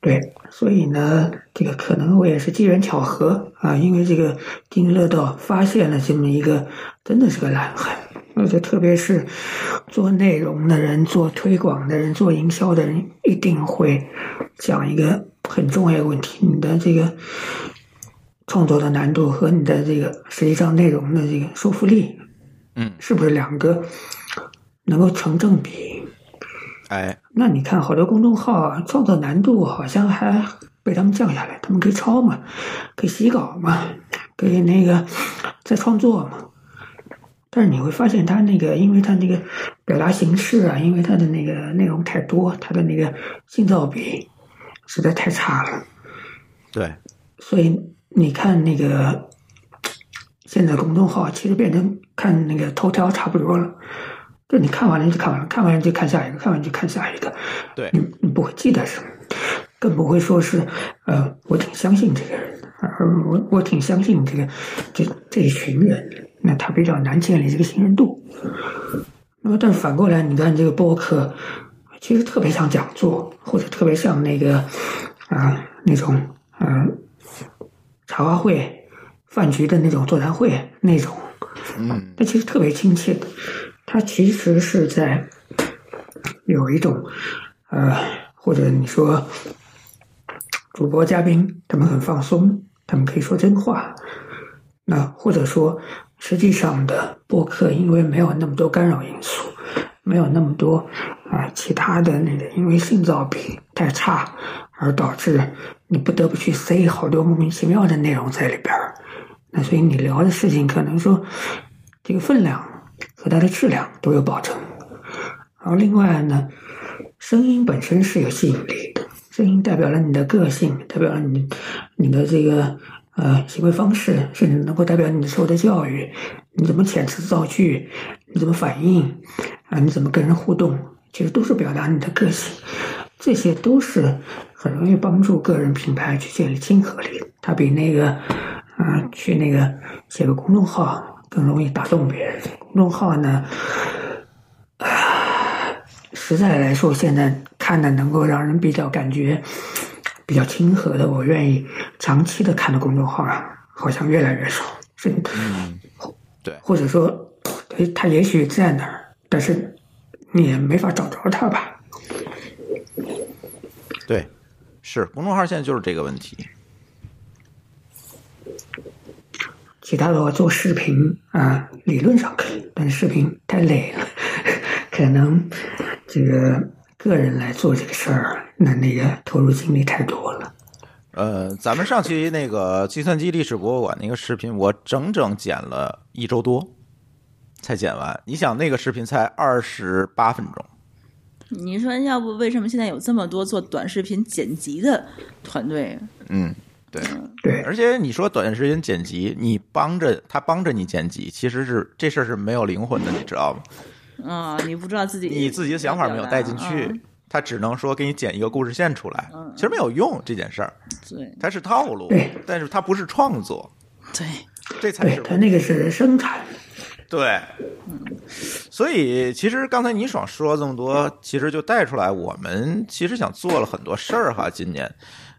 Speaker 3: 对，所以呢，这个可能我也是机缘巧合啊，因为这个津津乐道发现了这么一个，真的是个蓝海。而且特别是做内容的人、做推广的人、做营销的人，一定会讲一个很重要的问题：你的这个创作的难度和你的这个实际上内容的这个说服力
Speaker 1: 嗯，
Speaker 3: 是不是两个能够成正比？
Speaker 1: 哎，
Speaker 3: 那你看，好多公众号啊，创作难度好像还被他们降下来，他们可以抄嘛，可以洗稿嘛，可以那个再创作嘛。但是你会发现，他那个，因为他那个表达形式啊，因为他的那个内容太多，他的那个信噪比实在太差了。
Speaker 1: 对，
Speaker 3: 所以你看那个现在公众号其实变成看那个头条差不多了，就你看完了就看完了，看完了就看下一个，看完了就看下一个，
Speaker 1: 对
Speaker 3: 你你嗯不会记得什么，更不会说是呃，我挺相信这个人，而我我挺相信这个这这一群人，那他比较难建立这个信任度。那么，但是反过来，你看这个播客，其实特别像讲座，或者特别像那个啊、那种啊、茶话会、饭局的那种座谈会那种，
Speaker 1: 嗯，
Speaker 3: 那其实特别亲切的。它其实是在有一种呃，或者你说主播嘉宾他们很放松，他们可以说真话。那或者说，实际上的播客因为没有那么多干扰因素，没有那么多啊、其他的那个，因为信噪比太差，而导致你不得不去塞好多莫名其妙的内容在里边儿。那所以你聊的事情可能说，这个分量和它的质量都有保证。然后另外呢，声音本身是有吸引力的，声音代表了你的个性，代表了你你的这个呃行为方式，甚至能够代表你受的教育，你怎么遣词造句，你怎么反应啊，你怎么跟人互动，其实都是表达你的个性。这些都是很容易帮助个人品牌去建立亲和力的。它比那个，啊、去那个写个公众号更容易打动别人。公众号呢，实在来说，现在看的能够让人比较感觉比较亲和的，我愿意长期的看的公众号啊，好像越来越少，甚至
Speaker 1: 嗯对，
Speaker 3: 或者说，诶它也许在那儿，但是你也没法找着它吧。
Speaker 1: 对，是公众号现在就是这个问题。
Speaker 3: 其他的话做视频啊，理论上可以，但视频太累了，可能这个个人来做这个事儿，那那个投入精力太多了。
Speaker 1: 呃，咱们上期那个计算机历史博物馆那个视频，我整整剪了一周多才剪完。你想，那个视频才二十八分钟，
Speaker 2: 你说要不为什么现在有这么多做短视频剪辑的团队？
Speaker 1: 嗯，对，
Speaker 3: 对，
Speaker 1: 而且你说短视频剪辑，你帮着他帮着你剪辑，其实是这事儿是没有灵魂的，你知道吗？
Speaker 2: 啊、你不知道自己
Speaker 1: 你自己的想法没有带进去
Speaker 2: 嗯，
Speaker 1: 他只能说给你剪一个故事线出来
Speaker 2: 嗯，
Speaker 1: 其实没有用这件事儿，
Speaker 2: 对
Speaker 1: 它是套路
Speaker 3: 对，
Speaker 1: 但是它不是创作，
Speaker 2: 对，
Speaker 1: 这才
Speaker 3: 对
Speaker 1: 是
Speaker 3: 他那个是生产，
Speaker 1: 对。嗯所以其实刚才倪爽说了这么多，其实就带出来我们其实想做了很多事儿哈，今年，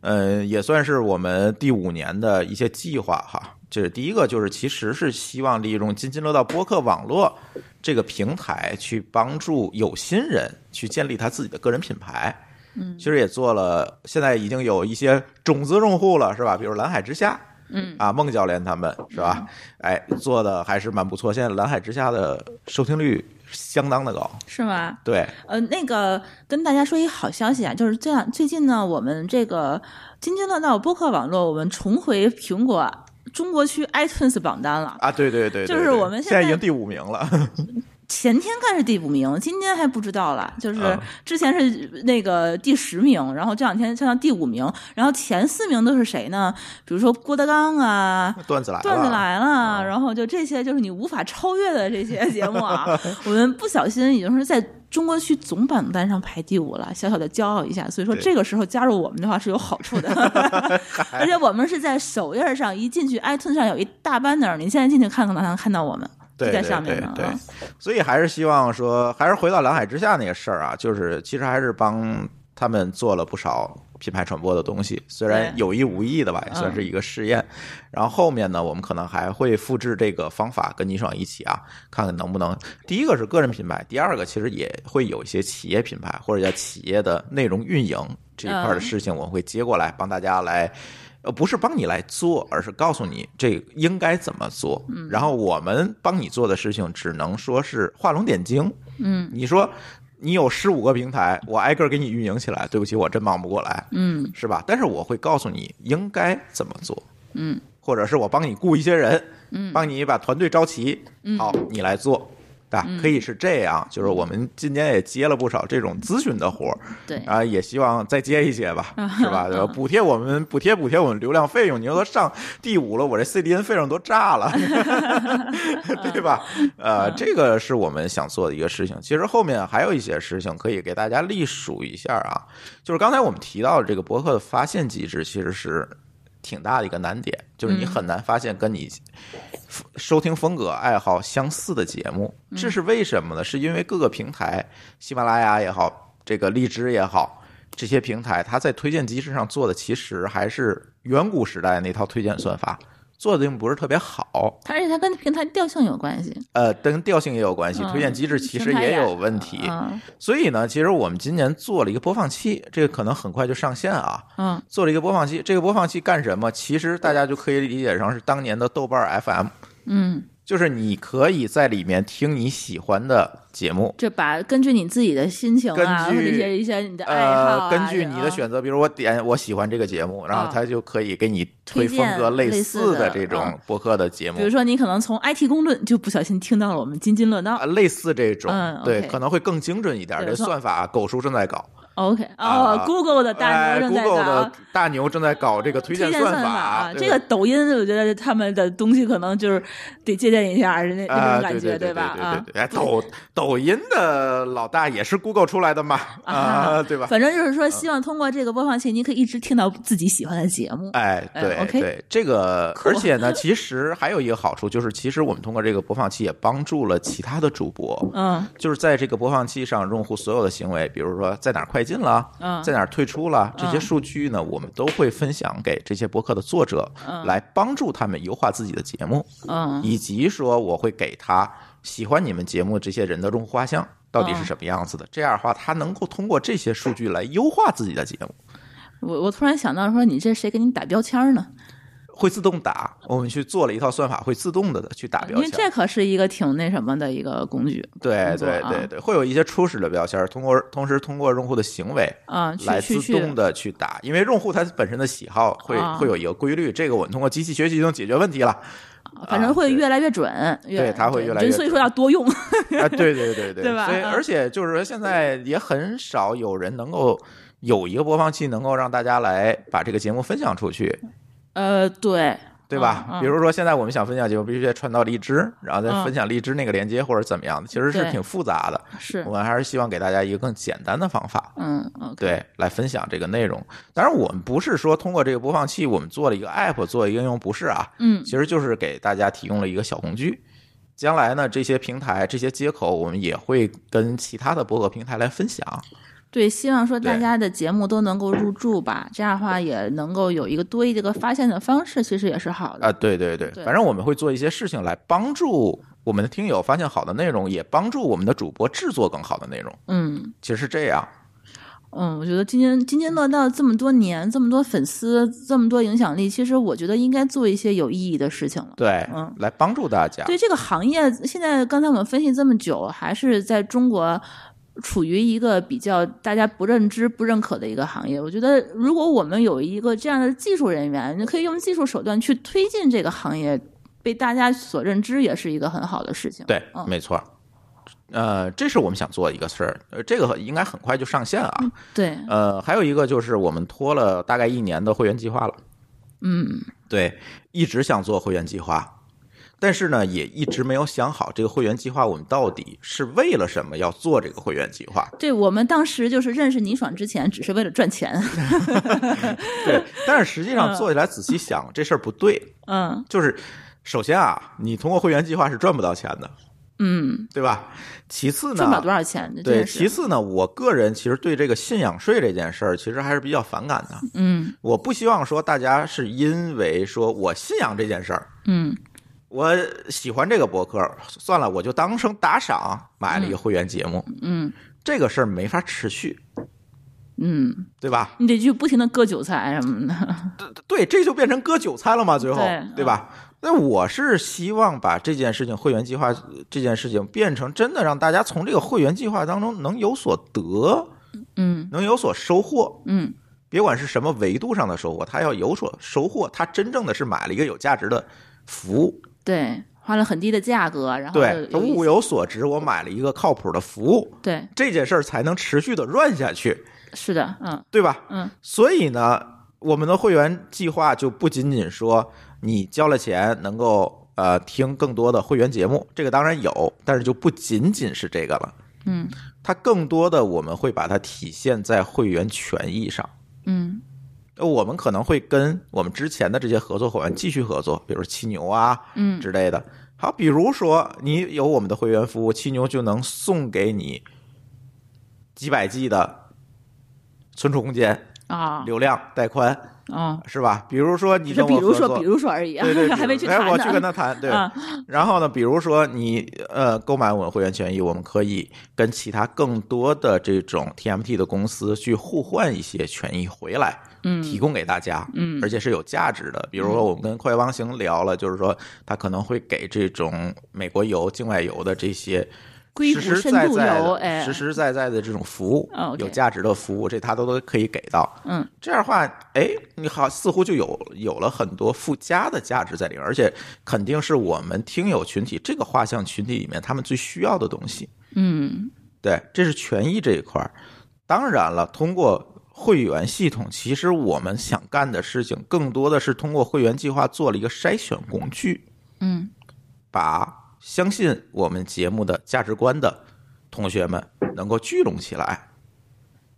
Speaker 1: 呃，也算是我们第五年的一些计划哈。这是第一个，就是其实是希望利用津津乐道播客网络这个平台，去帮助有心人去建立他自己的个人品牌。
Speaker 2: 嗯
Speaker 1: 其实也做了，现在已经有一些种子用户了，是吧？比如蓝海之下，
Speaker 2: 嗯
Speaker 1: 啊，孟教练他们是吧？哎，做的还是蛮不错。现在蓝海之下的收听率相当的高，
Speaker 2: 是吗？
Speaker 1: 对，
Speaker 2: 呃，那个跟大家说一个好消息啊，就是这样，最近呢，我们这个津津乐道播客网络，我们重回苹果中国区 iTunes 榜单了。
Speaker 1: 啊，对对对，对
Speaker 2: 就是
Speaker 1: 对
Speaker 2: 我们
Speaker 1: 现
Speaker 2: 现在
Speaker 1: 已经第五名了，
Speaker 2: 前天看是第五名，今天还不知道了。就是
Speaker 1: 啊
Speaker 2: 之前是那个第十名，然后这两天降到第五名，然后前四名都是谁呢？比如说郭德纲啊，
Speaker 1: 段子来了，
Speaker 2: 段子来
Speaker 1: 啊
Speaker 2: 了，然后就这些就是你无法超越的这些节目 啊，我们不小心已经是在中国区总榜单上排第五了，小小的骄傲一下。所以说
Speaker 1: 对
Speaker 2: 这个时候加入我们的话是有好 处的，而且我们是在首页上一进去，iTunes 上有一大 banner，您现在进去看看能看到我们。
Speaker 1: 对
Speaker 2: 就
Speaker 1: 对
Speaker 2: 在上面
Speaker 1: 对
Speaker 2: 呢，
Speaker 1: 对
Speaker 2: 啊，
Speaker 1: 所以还是希望说，还是回到蓝海之下那个事儿啊，就是其实还是帮他们做了不少品牌传播的东西，虽然
Speaker 2: 对
Speaker 1: 有意无意的吧，也
Speaker 2: 嗯
Speaker 1: 算是一个试验。然后后面呢，我们可能还会复制这个方法跟倪爽一起啊，看看能不能。第一个是个人品牌，第二个其实也会有一些企业品牌或者叫企业的内容运营这一块的
Speaker 2: 嗯
Speaker 1: 事情，我们会接过来帮大家来。呃，不是帮你来做，而是告诉你这应该怎么做。
Speaker 2: 嗯
Speaker 1: 然后我们帮你做的事情，只能说是画龙点睛。
Speaker 2: 嗯
Speaker 1: 你说你有十五个平台，我挨个儿给你运营起来，对不起，我真忙不过来，
Speaker 2: 嗯
Speaker 1: 是吧？但是我会告诉你应该怎么做，
Speaker 2: 嗯
Speaker 1: 或者是我帮你雇一些人，
Speaker 2: 嗯
Speaker 1: 帮你把团队招齐，好，你来做。对
Speaker 2: 嗯
Speaker 1: 吧？可以是这样，就是我们今年也接了不少这种咨询的活儿，
Speaker 2: 对
Speaker 1: 啊，也希望再接一些吧，是吧？对吧？补贴我们，补贴补贴我们流量费用。你说上第五了，我这 CDN 费用都炸了，对吧？呃，这个是我们想做的一个事情。其实后面还有一些事情可以给大家隶属一下啊，就是刚才我们提到的这个博客的发现机制，其实是挺大的一个难点，就是你很难发现跟你收听风格爱好相似的节目，
Speaker 2: 嗯
Speaker 1: 这是为什么呢？是因为各个平台，喜马拉雅也好，这个荔枝也好，这些平台它在推荐机制上做的其实还是远古时代那套推荐算法。做的并不是特别好，
Speaker 2: 它而且它跟平台调性有关系，
Speaker 1: 呃，跟调性也有关系，
Speaker 2: 嗯
Speaker 1: 推荐机制其实
Speaker 2: 平台
Speaker 1: 也
Speaker 2: 也
Speaker 1: 有问题。
Speaker 2: 嗯
Speaker 1: 所以呢，其实我们今年做了一个播放器，这个可能很快就上线啊。
Speaker 2: 嗯
Speaker 1: 做了一个播放器，这个播放器干什么？其实大家就可以理解成是当年的豆瓣儿 FM，
Speaker 2: 嗯，
Speaker 1: 就是你可以在里面听你喜欢的节目，
Speaker 2: 这把根据你自己的心情啊，
Speaker 1: 根
Speaker 2: 或
Speaker 1: 据
Speaker 2: 者一些一些你的爱好
Speaker 1: 呃，
Speaker 2: 啊，
Speaker 1: 根据你的
Speaker 2: 啊
Speaker 1: 选择，比如我点我喜欢这个节目，然后它就可以给你推
Speaker 2: 推荐
Speaker 1: 风格
Speaker 2: 类
Speaker 1: 似
Speaker 2: 似
Speaker 1: 的
Speaker 2: 的
Speaker 1: 这种
Speaker 2: 嗯
Speaker 1: 播客的节目
Speaker 2: 比如，说，你可能从 IT 公论就不小心听到了我们津津乐道
Speaker 1: 啊，。类似这种
Speaker 2: 嗯，
Speaker 1: 对，
Speaker 2: OK
Speaker 1: 可能会更精准一点。
Speaker 2: 对
Speaker 1: 这
Speaker 2: 我说
Speaker 1: 算法狗叔正在搞，
Speaker 2: OK，
Speaker 1: 啊
Speaker 2: 哦，Google 的大
Speaker 1: 哎
Speaker 2: 牛正在
Speaker 1: ，Google
Speaker 2: 搞
Speaker 1: 的大牛正在搞这个推荐
Speaker 2: 荐算
Speaker 1: 法
Speaker 2: 啊，，
Speaker 1: 对
Speaker 2: 这个抖音，我觉得他们的东西可能就是得借鉴一下人家那
Speaker 1: 啊，
Speaker 2: 种感觉，
Speaker 1: 对
Speaker 2: 吧？啊
Speaker 1: 对对对对，哎，抖抖音的老大也是 Google 出来的嘛，啊，对吧？
Speaker 2: 反正就是说，希望通过这个播放器，你可以一直听到自己喜欢的节目。
Speaker 1: 哎，
Speaker 2: 哎
Speaker 1: 对、
Speaker 2: ，OK
Speaker 1: 对，这 个，
Speaker 2: 酷
Speaker 1: 而且呢，其实还有一个好处就是，其实我们通过这个播放器也帮助了其他的主播，
Speaker 2: 嗯
Speaker 1: 就是在这个播放器上，用户所有的行为，比如说在哪儿快进了，
Speaker 2: 嗯
Speaker 1: 在哪儿退出了，这些
Speaker 2: 嗯
Speaker 1: 数据呢，我们都会分享给这些博客的作者，
Speaker 2: 嗯
Speaker 1: 来帮助他们优化自己的节目。
Speaker 2: 嗯
Speaker 1: 以及说我会给他喜欢你们节目这些人的用户画像到
Speaker 2: 嗯
Speaker 1: 底是什么样子的。这样的话，他能够通过这些数据来优化自己的节目，
Speaker 2: 我我突然想到说，你这谁给你打标签呢？
Speaker 1: 会自动打。我们去做了一套算法，会自动的去打
Speaker 2: 哦因
Speaker 1: 标
Speaker 2: 为
Speaker 1: 签
Speaker 2: 这。可是一个挺那什么的一个工具
Speaker 1: 对
Speaker 2: 工作
Speaker 1: 对
Speaker 2: 啊
Speaker 1: 对对，会有一些初始的标签，通过同时通过用户的行为。
Speaker 2: 啊，去
Speaker 1: 来自
Speaker 2: 去去，
Speaker 1: 动的去打，因为用户他本身的喜好会
Speaker 2: 啊
Speaker 1: 会有一个规律，这个我们通过机器学习就能解决问题了。
Speaker 2: 反正
Speaker 1: 啊
Speaker 2: 会
Speaker 1: 对
Speaker 2: 越来越准，
Speaker 1: 对
Speaker 2: 越
Speaker 1: 它会越来越
Speaker 2: 所
Speaker 1: 准
Speaker 2: 以说要多用。
Speaker 1: 啊，对对 对对，
Speaker 2: 对吧
Speaker 1: 所以
Speaker 2: 嗯
Speaker 1: 而且就是说，现在也很少有人能够有一个播放器能够让大家来把这个节目分享出去。
Speaker 2: 呃，对，
Speaker 1: 对吧？
Speaker 2: 嗯嗯
Speaker 1: 比如说现在我们想分享节目，必须得串到荔枝，然后再
Speaker 2: 嗯
Speaker 1: 分享荔枝那个链接或者怎么样的，其实是
Speaker 2: 对
Speaker 1: 挺复杂的。
Speaker 2: 是
Speaker 1: 我，们还是希望给大家一个更简单的方法，
Speaker 2: 嗯，OK，
Speaker 1: 对，来分享这个内容。当然，我们不是说通过这个播放器，我们做了一个 app，做一个应用，不是啊，
Speaker 2: 嗯
Speaker 1: 其实就是给大家提供了一个小工具。将来呢，这些平台、这些接口，我们也会跟其他的博客平台来分享。
Speaker 2: 对，希望说大
Speaker 1: 对
Speaker 2: 家的节目都能够入驻吧，这样的话也能够有一个多一个发现的方式，其实也是好的。
Speaker 1: 啊，对对对，
Speaker 2: 对
Speaker 1: 反正我们会做一些事情来帮助我们的听友发现好的内容，也帮助我们的主播制作更好的内容。
Speaker 2: 嗯
Speaker 1: 其实是这样，
Speaker 2: 嗯，我觉得津津津津乐道这么多年，这么多粉丝，这么多影响力，其实我觉得应该做一些有意义的事情了。
Speaker 1: 对，
Speaker 2: 嗯
Speaker 1: 来帮助大家。
Speaker 2: 对这个行业，现在刚才我们分析这么久，还是在中国处于一个比较大家不认知、不认可的一个行业。我觉得，如果我们有一个这样的技术人员，你可以用技术手段去推进这个行业，被大家所认知，也是一个很好的事情。
Speaker 1: 对，
Speaker 2: 嗯
Speaker 1: 没错。呃，这是我们想做的一个事儿，呃，这个应该很快就上线
Speaker 2: 嗯
Speaker 1: 啊。
Speaker 2: 对，
Speaker 1: 呃，还有一个就是我们拖了大概一年的会员计划了，
Speaker 2: 嗯
Speaker 1: 对，一直想做会员计划，但是呢，也一直没有想好这个会员计划我们到底是为了什么要做这个会员计划。
Speaker 2: 对，我们当时就是认识倪爽之前，只是为了赚钱。
Speaker 1: 对，但是实际上
Speaker 2: 嗯
Speaker 1: 做起来仔细想，这事儿不对。
Speaker 2: 嗯
Speaker 1: 就是首先啊，你通过会员计划是赚不到钱的，
Speaker 2: 嗯，
Speaker 1: 对吧？其次
Speaker 2: 赚不了
Speaker 1: 呢
Speaker 2: 多，少钱，
Speaker 1: 啊
Speaker 2: 这真
Speaker 1: 对，
Speaker 2: 的
Speaker 1: 其
Speaker 2: 是。
Speaker 1: 次呢，我个人其实对这个信仰税这件事儿，其实还是比较反感 的。
Speaker 2: 嗯
Speaker 1: 我不希望说大家是因为说我信仰这件事儿，
Speaker 2: 嗯
Speaker 1: 我喜欢这个博客，算了，我就当成打赏买了一个会员节目，
Speaker 2: 嗯
Speaker 1: 这个事儿没法持续，
Speaker 2: 嗯，
Speaker 1: 对吧？
Speaker 2: 你得去不停的割韭菜啊什么的。
Speaker 1: 对，这就变成割韭菜了嘛，最后
Speaker 2: 对嗯
Speaker 1: 对吧？那我是希望把这件事情，会员计划这件事情变成真的让大家从这个会员计划当中能有所得，
Speaker 2: 嗯
Speaker 1: 能有所收获。
Speaker 2: 嗯。
Speaker 1: 别管是什么维度上的收获，他要有所收获，他真正的是买了一个有价值的服务，
Speaker 2: 对，花了很低的价格，然后
Speaker 1: 对他
Speaker 2: 啊有一
Speaker 1: 物有所值，我买了一个靠谱的服务，
Speaker 2: 对，
Speaker 1: 这件事儿才能持续的 run 下去，
Speaker 2: 是的，嗯
Speaker 1: 对吧？
Speaker 2: 嗯
Speaker 1: 所以呢，我们的会员计划就不仅仅说你交了钱能够呃听更多的会员节目，这个当然有，但是就不仅仅是这个了。
Speaker 2: 嗯
Speaker 1: 它更多的我们会把它体现在会员权益上。
Speaker 2: 嗯
Speaker 1: 呃我们可能会跟我们之前的这些合作伙伴继续合作，比如七牛啊
Speaker 2: 嗯
Speaker 1: 之类的。好，比如说你有我们的会员服务，七牛就能送给你几百 G 的存储空间、
Speaker 2: 啊
Speaker 1: 流量、带宽，
Speaker 2: 啊，
Speaker 1: 是吧？比如说你
Speaker 2: 就
Speaker 1: 跟
Speaker 2: 比
Speaker 1: 我
Speaker 2: 如
Speaker 1: 合
Speaker 2: 说
Speaker 1: 作
Speaker 2: 比，如说而已啊
Speaker 1: 对对，，
Speaker 2: 还没去
Speaker 1: 哎
Speaker 2: 谈呢。
Speaker 1: 我去跟他谈，对。
Speaker 2: 啊
Speaker 1: 然后呢，比如说你呃购买我们的会员权益，我们可以跟其他更多的这种 TMT 的公司去互换一些权益回来，
Speaker 2: 嗯
Speaker 1: 提供给大家，
Speaker 2: 嗯
Speaker 1: 而且是有价值的。比如说我们跟快汪行聊了，就是说他可能会给这种美国游、境外游的这些。实
Speaker 2: 硅谷
Speaker 1: 实
Speaker 2: 深
Speaker 1: 在
Speaker 2: 度
Speaker 1: 在的、
Speaker 2: 游哎
Speaker 1: 实实在在的这种服务，
Speaker 2: 哦，OK
Speaker 1: 有价值的服务，这他都都可以给到。
Speaker 2: 嗯
Speaker 1: 这样的话，哎，你好，似乎就有有了很多附加的价值在里面，而且肯定是我们听友群体这个画像群体里面他们最需要的东西。
Speaker 2: 嗯
Speaker 1: 对，这是权益这一块儿。当然了，通过会员系统，其实我们想干的事情更多的是通过会员计划做了一个筛选工具，
Speaker 2: 嗯
Speaker 1: 把相信我们节目的价值观的同学们能够聚拢起来，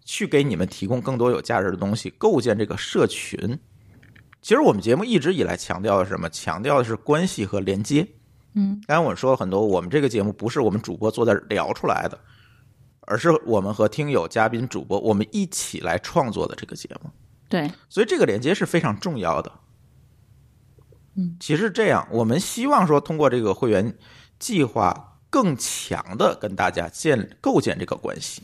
Speaker 1: 去给你们提供更多有价值的东西，构建这个社群。其实我们节目一直以来强调的是什么？强调的是关系和连接。
Speaker 2: 嗯，
Speaker 1: 刚才我说了很多，我们这个节目不是我们主播坐在这儿聊出来的，而是我们和听友、嘉宾、主播我们一起来创作的这个节目。
Speaker 2: 对，
Speaker 1: 所以这个连接是非常重要的。
Speaker 2: 嗯，
Speaker 1: 其实这样，我们希望说通过这个会员计划，更强的跟大家建构建这个关系，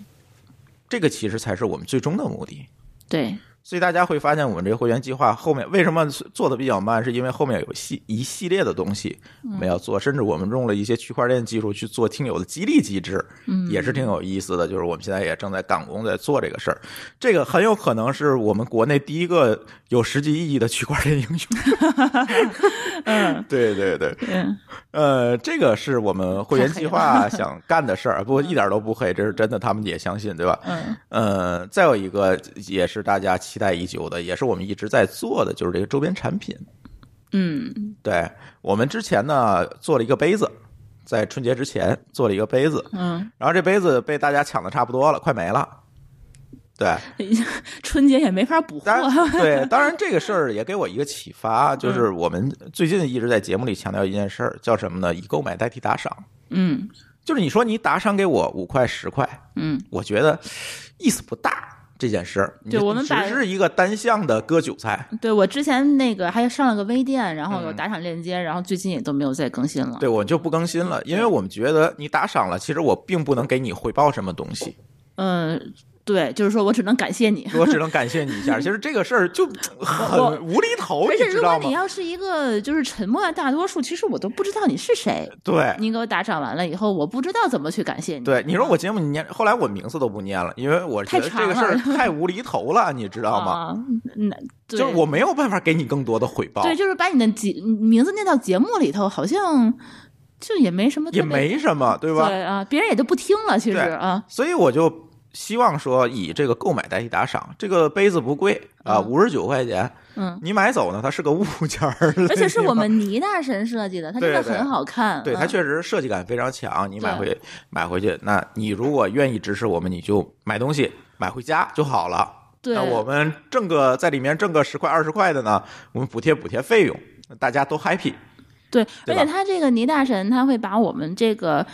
Speaker 1: 这个其实才是我们最终的目的。
Speaker 2: 对，
Speaker 1: 所以大家会发现，我们这个会员计划后面为什么做的比较慢，是因为后面有系一系列的东西
Speaker 2: 嗯
Speaker 1: 我们要做，甚至我们用了一些区块链技术去做听友的激励机制，
Speaker 2: 嗯
Speaker 1: 也是挺有意思的。就是我们现在也正在赶工在做这个事儿，这个很有可能是我们国内第一个有实际意义的区块链应用。
Speaker 2: 嗯
Speaker 1: 对对对，
Speaker 2: 嗯
Speaker 1: 呃，这个是我们会员计
Speaker 2: 太
Speaker 1: 划想干的事儿，不过一点都不黑，这是真的，他们也相信，对吧？
Speaker 2: 嗯
Speaker 1: 呃，再有一个也是大家期期待已久的，也是我们一直在做的，就是这个周边产品。
Speaker 2: 嗯
Speaker 1: 对我们之前呢做了一个杯子，在春节之前做了一个杯子，
Speaker 2: 嗯，
Speaker 1: 然后这杯子被大家抢的差不多了，快没了。对，
Speaker 2: 春节也没法补货
Speaker 1: 当。然对，当然这个事儿也给我一个启发，
Speaker 2: 嗯
Speaker 1: 就是我们最近一直在节目里强调一件事儿，叫什么呢？以购买代替打赏。
Speaker 2: 嗯
Speaker 1: 就是你说你打赏给我五块十块，
Speaker 2: 嗯，
Speaker 1: 我觉得意思不大。这件事儿，你
Speaker 2: 对我们把
Speaker 1: 只是一个单向的割韭菜。
Speaker 2: 对我之前那个还上了个微店，然后有打赏链接，然后最近也都没有再更新了。
Speaker 1: 嗯对我就不更新了，因为我们觉得你打赏了，其实我并不能给你回报什么东 西，
Speaker 2: 嗯，对，就是说我只能感谢你。
Speaker 1: 我只能感谢你一下。其实这个事儿就很无厘头，
Speaker 2: 而且
Speaker 1: 知
Speaker 2: 如果
Speaker 1: 道
Speaker 2: 你
Speaker 1: 吗？
Speaker 2: 要是一个就是沉默的大多数，其实我都不知道你是谁。
Speaker 1: 对
Speaker 2: 你给我打赏完了以后，我不知道怎么去感谢你。
Speaker 1: 对，你说我节目你念，后来我名字都不念了，因为我觉得
Speaker 2: 太长
Speaker 1: 这个事儿
Speaker 2: 了
Speaker 1: 太无厘头了，你知道吗？
Speaker 2: 啊，那对
Speaker 1: 就是我没有办法给你更多的回报，
Speaker 2: 对，就是把你的节嗯名字念到节目里头，好像就也没什么特
Speaker 1: 也
Speaker 2: 别，
Speaker 1: 没什么，对
Speaker 2: 对
Speaker 1: 吧？
Speaker 2: 啊，别人也都不听了，其实
Speaker 1: 对
Speaker 2: 啊，
Speaker 1: 所以我就希望说，以这个购买代替打赏，这个杯子不贵啊，
Speaker 2: 嗯
Speaker 1: 五十九块钱，
Speaker 2: 嗯，
Speaker 1: 你买走呢，它是个物件儿，
Speaker 2: 而且是我们倪大神设计的，它真的
Speaker 1: 对对
Speaker 2: 很好看，
Speaker 1: 对
Speaker 2: 嗯
Speaker 1: 它确实设计感非常强。你买
Speaker 2: 对
Speaker 1: 回买回去，那你如果愿意支持我们，你就买东西买回家就好了。
Speaker 2: 对
Speaker 1: 那我们挣个在里面挣个十块二十块的呢，我们补贴补贴费用，大家都 happy。
Speaker 2: 对，
Speaker 1: 对
Speaker 2: 而
Speaker 1: 吧
Speaker 2: 且他这个倪大神，他会把我们这个，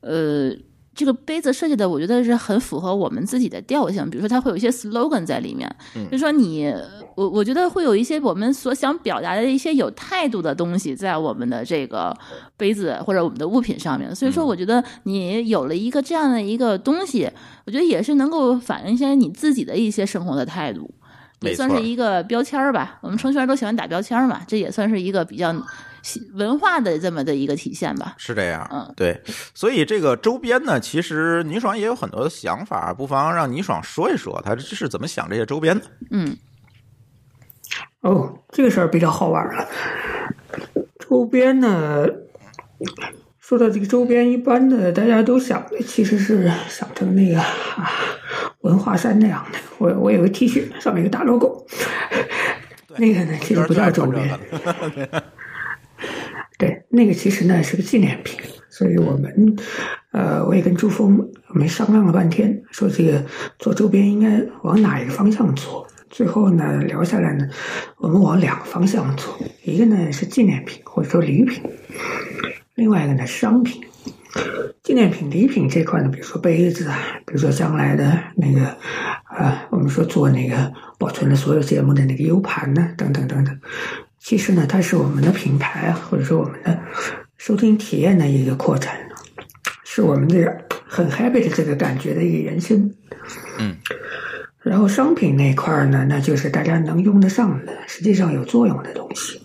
Speaker 2: 呃，这个杯子设计的，我觉得是很符合我们自己的调性。比如说，它会有一些 slogan 在里面，
Speaker 1: 嗯
Speaker 2: 就说你，我我觉得会有一些我们所想表达的一些有态度的东西，在我们的这个杯子或者我们的物品上面。所以
Speaker 1: 嗯
Speaker 2: 说，我觉得你有了一个这样的一个东西，我觉得也是能够反映一些你自己的一些生活的态度。
Speaker 1: 没
Speaker 2: 也算
Speaker 1: 错
Speaker 2: 是一个标签儿吧。我们程序员都喜欢打标签儿嘛，这也算是一个比较喜文化的这么的一个体现吧。
Speaker 1: 是这样，
Speaker 2: 嗯
Speaker 1: 对，所以这个周边呢，其实倪爽也有很多的想法，不妨让倪爽说一说他是怎么想这些周边的。
Speaker 2: 嗯，
Speaker 3: 哦，这个事儿比较好玩儿了。周边呢，说到这个周边，一般的大家都想的其实是想成那个、啊、文化衫那样的。我我有个 T 恤，上面有个大 logo，那个呢其实不叫周边。
Speaker 1: 这个
Speaker 3: 对，那个其实呢是个纪念品，所以我们，呃，我也跟朱峰我们商量了半天，说这个做周边应该往哪一个方向做。最后呢，聊下来呢，我们往两个方向做，一个呢是纪念品或者说礼品，另外一个呢是商品。纪念品、礼品这块呢，比如说杯子啊，比如说将来的那个，呃，我们说做那个保存了所有节目的那个 U 盘呢，等等等等。其实呢，它是我们的品牌啊，或者说我们的收听体验的一个扩展，是我们这个很 happy 的这个感觉的一个延伸。
Speaker 1: 嗯。
Speaker 3: 然后商品那一块儿呢，那就是大家能用得上的，实际上有作用的东西。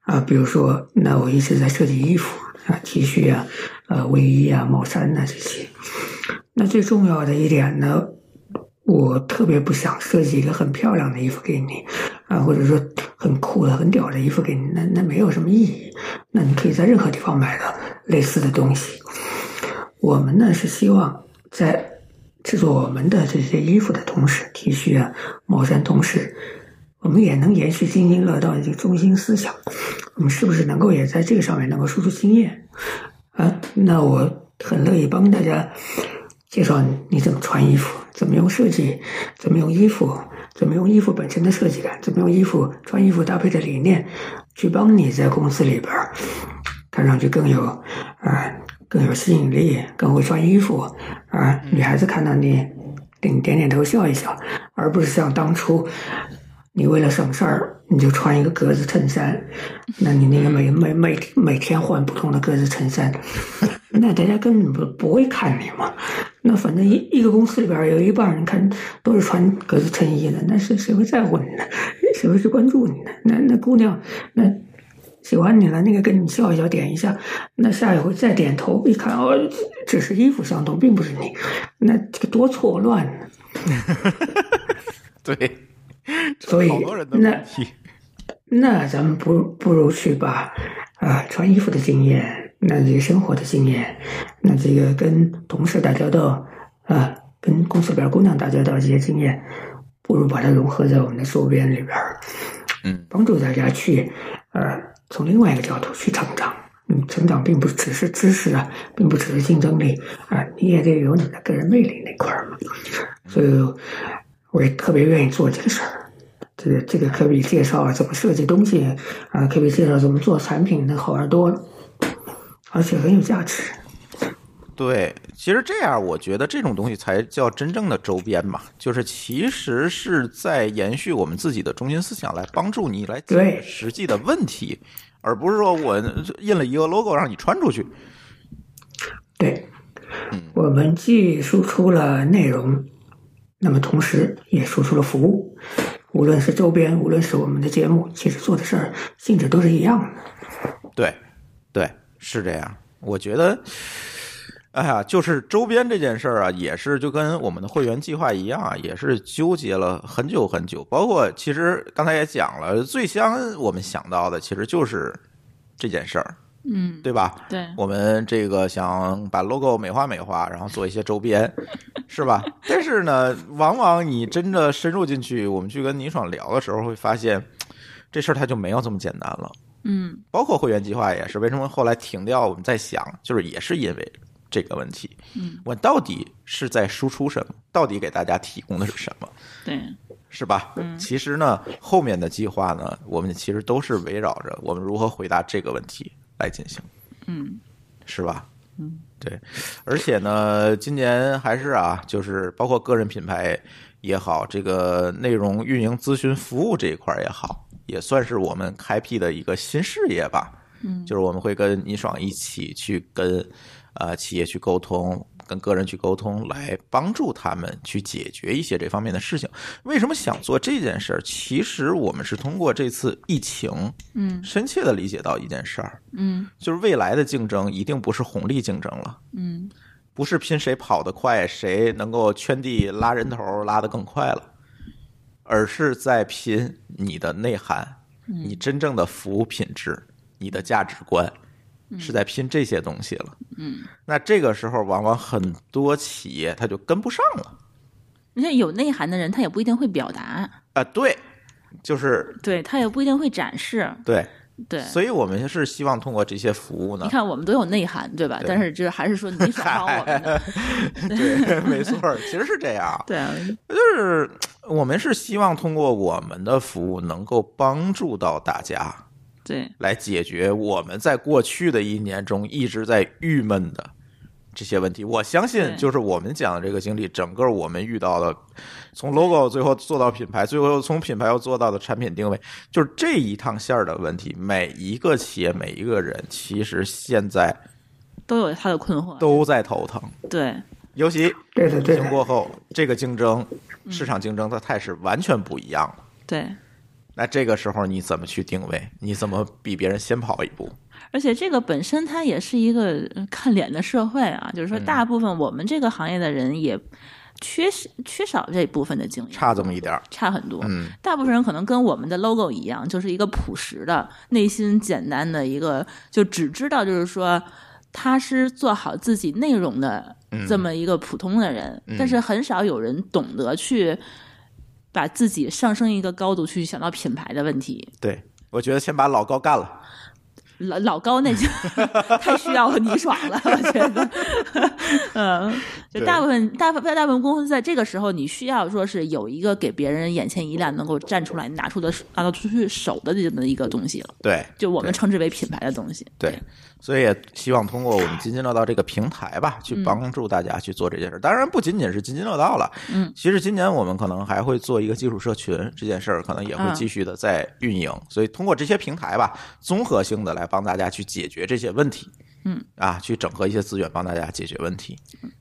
Speaker 3: 啊，比如说，那我一直在设计衣服啊、T 恤啊、呃、卫衣啊、帽衫呐、这些。那最重要的一点呢，我特别不想设计一个很漂亮的衣服给你，啊，或者说很酷的、很屌的衣服给你，那那没有什么意义。那你可以在任何地方买到类似的东西。我们呢是希望在制作我们的这些衣服的同时，T 恤啊、帽衫同时，我们也能延续津津乐道的这个中心思想。我们是不是能够也在这个上面能够输出经验啊？那我很乐意帮大家介绍你怎么穿衣服，怎么用设计，怎么用衣服，怎么用衣服本身的设计感，怎么用衣服穿衣服搭配的理念，去帮你在公司里边儿看上去更有啊、更有吸引力，更会穿衣服啊、女孩子看到你。点点点头笑一笑，而不是像当初你为了省事儿，你就穿一个格子衬衫，那你那个每每每每天换不同的格子衬衫，那大家根本不不会看你嘛。那反正一一个公司里边儿有一半人看都是穿格子衬衣的，那是谁会在乎你呢？谁会去关注你呢？那那姑娘，那喜欢你了，那个跟你笑一笑，点一下，那下一回再点头一看，哦，只是衣服相同，并不是你，那这个多错乱呢。
Speaker 1: 对，
Speaker 3: 所以
Speaker 1: 好多人的
Speaker 3: 那
Speaker 1: 问题。
Speaker 3: 那咱们不不如去把啊、穿衣服的经验，那这个生活的经验，那这个跟同事打交道啊、跟公司里边姑娘打交道这些经验，不如把它融合在我们的周边里边儿，
Speaker 1: 嗯
Speaker 3: 帮助大家去呃从另外一个角度去成长。嗯，成长并不只是知识啊，并不只是竞争力啊，你也得有你的个人魅力那块儿嘛。所以，我也特别愿意做这个事儿。这个这个可比介绍怎么设计东西啊，可比介绍怎么做产品那好玩多了，而且很有价值。
Speaker 1: 对，其实这样，我觉得这种东西才叫真正的周边嘛，就是其实是在延续我们自己的中心思想，来帮助你来解决
Speaker 3: 对
Speaker 1: 实际的问题，而不是说我印了一个 logo 让你穿出去。
Speaker 3: 对，我们既输出了内容，那么同时也输出了服务。无论是周边，无论是我们的节目，其实做的事儿性质都是一样的。
Speaker 1: 对，对，是这样。我觉得，哎呀，就是周边这件事儿啊，也是就跟我们的会员计划一样啊，也是纠结了很久很久。包括其实刚才也讲了，最先我们想到的其实就是这件事儿，
Speaker 2: 嗯，
Speaker 1: 对吧？
Speaker 2: 对，
Speaker 1: 我们这个想把 logo 美化美化，然后做一些周边， 是吧？但是呢，往往你真的深入进去，我们去跟倪爽聊的时候，会发现这事儿它就没有这么简单了。
Speaker 2: 嗯
Speaker 1: 包括会员计划也是，为什么后来停掉？我们在想，就是也是因为这个问题，
Speaker 2: 嗯，
Speaker 1: 我到底是在输出什么？到底给大家提供的是什么？
Speaker 2: 对，
Speaker 1: 是吧？其实呢，后面的计划呢，我们其实都是围绕着我们如何回答这个问题来进行。
Speaker 2: 嗯
Speaker 1: 是吧？嗯，对，而且呢，今年还是啊，就是包括个人品牌也好，这个内容运营咨询服务这一块儿也好，也算是我们开辟的一个新事业吧。嗯，就是我们会跟倪爽一起去跟呃企业去沟通，跟个人去沟通，来帮助他们去解决一些这方面的事情。为什么想做这件事儿？其实我们是通过这次疫情，
Speaker 2: 嗯
Speaker 1: 深切的理解到一件事儿，
Speaker 2: 嗯
Speaker 1: 就是未来的竞争一定不是红利竞争了，
Speaker 2: 嗯
Speaker 1: 不是拼谁跑得快，谁能够圈地拉人头拉得更快了，而是在拼你的内涵，
Speaker 2: 嗯
Speaker 1: 你真正的服务品质，你的价值观，是在拼这些东西了。
Speaker 2: 嗯，
Speaker 1: 那这个时候，往往很多企业它就跟不上了
Speaker 2: 而且有内涵的人，他也不一定会表达，
Speaker 1: 啊、对，就是
Speaker 2: 对他也不一定会展示，
Speaker 1: 对，
Speaker 2: 对。
Speaker 1: 所以我们是希望通过这些服务呢
Speaker 2: 你，看，我们都有内涵，对吧？
Speaker 1: 对
Speaker 2: 但是这还是说你爽到我们的，
Speaker 1: 对，没错儿，其实是这样。
Speaker 2: 对啊，
Speaker 1: 就是我们是希望通过我们的服务能够帮助到大家，
Speaker 2: 对，
Speaker 1: 来解决我们在过去的一年中一直在郁闷的这些问题。我相信，
Speaker 2: 对
Speaker 1: 就是我们讲的这个经历，整个我们遇到的，从 logo 最后做到品牌，最后又从品牌又做到的产品定位，就是这一趟线儿的问题。每一个企业，每一个人，其实现在
Speaker 2: 都有他的困惑，
Speaker 1: 都在头疼，
Speaker 2: 对，
Speaker 1: 尤其
Speaker 3: 对的，
Speaker 1: 疫
Speaker 3: 对
Speaker 1: 情
Speaker 3: 的，
Speaker 1: 过后，这个竞争、市场竞争的态势完全不一样了。
Speaker 2: 对。
Speaker 1: 那这个时候你怎么去定位？你怎么比别人先跑一步？
Speaker 2: 而且这个本身它也是一个呃看脸的社会啊，就是说大部分我们这个行业的人也缺少缺少这部分的经验，
Speaker 1: 差这么一点儿，
Speaker 2: 差很多。
Speaker 1: 嗯，
Speaker 2: 大部分人可能跟我们的 logo 一样，就是一个朴实的、内心简单的一个，就只知道就是说他是做好自己内容的这么一个普通的人，但是很少有人懂得去把自己上升一个高度去想到品牌的问题。
Speaker 1: 对。我觉得先把老高干了，
Speaker 2: 老老高那就 太需要倪爽了，我觉得，嗯，就
Speaker 1: 对
Speaker 2: 大部分大部分大部分公司在这个时候，你需要说是有一个给别人眼前一亮，能够站出来拿出的拿到出去手的这么一个东西了，
Speaker 1: 对
Speaker 2: 就我们称之为品牌的东西。
Speaker 1: 对，所以也希望通过我们津津乐道这个平台
Speaker 2: 嗯
Speaker 1: 吧，去帮助大家去做这件事。当然，不仅仅是津津乐道了，
Speaker 2: 嗯，
Speaker 1: 其实今年我们可能还会做一个技术社群，这件事儿可能也会
Speaker 2: 嗯
Speaker 1: 继续的在运营。所以通过这些平台吧，综合性的来帮大家去解决这些问题，
Speaker 2: 嗯，
Speaker 1: 啊，去整合一些资源帮大家解决问题，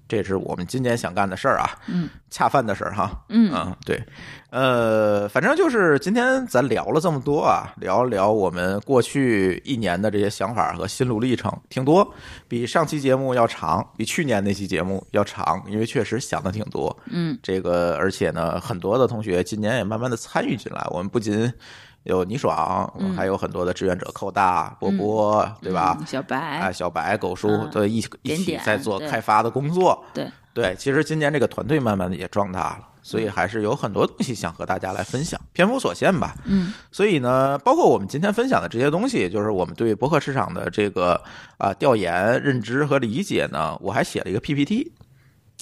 Speaker 1: 这是我们今年想干的事儿啊，
Speaker 2: 嗯，
Speaker 1: 恰饭的事儿哈，
Speaker 2: 嗯
Speaker 1: 啊，对，呃，反正就是今天咱聊了这么多啊，聊一聊我们过去一年的这些想法和心路历程，挺多，比上期节目要长，比去年那期节目要长，因为确实想的挺多。
Speaker 2: 嗯
Speaker 1: 这个而且呢，很多的同学今年也慢慢的参与进来，我们不仅。有倪爽，
Speaker 2: 嗯
Speaker 1: 还有很多的志愿者寇大、波波，对吧？
Speaker 2: 嗯小白，
Speaker 1: 哎，小白、狗叔
Speaker 2: 嗯
Speaker 1: 都一起一
Speaker 2: 点
Speaker 1: 起
Speaker 2: 点
Speaker 1: 在做
Speaker 2: 对
Speaker 1: 开发的工作。
Speaker 2: 对，
Speaker 1: 对，其实今年这个团队慢慢的也壮大了，所
Speaker 2: 嗯
Speaker 1: 以还是有很多东西想和大家来分享，篇幅所限吧。
Speaker 2: 嗯
Speaker 1: 所以呢，包括我们今天分享的这些东西，也就是我们对博客市场的这个啊、调研、认知和理解呢，我还写了一个 PPT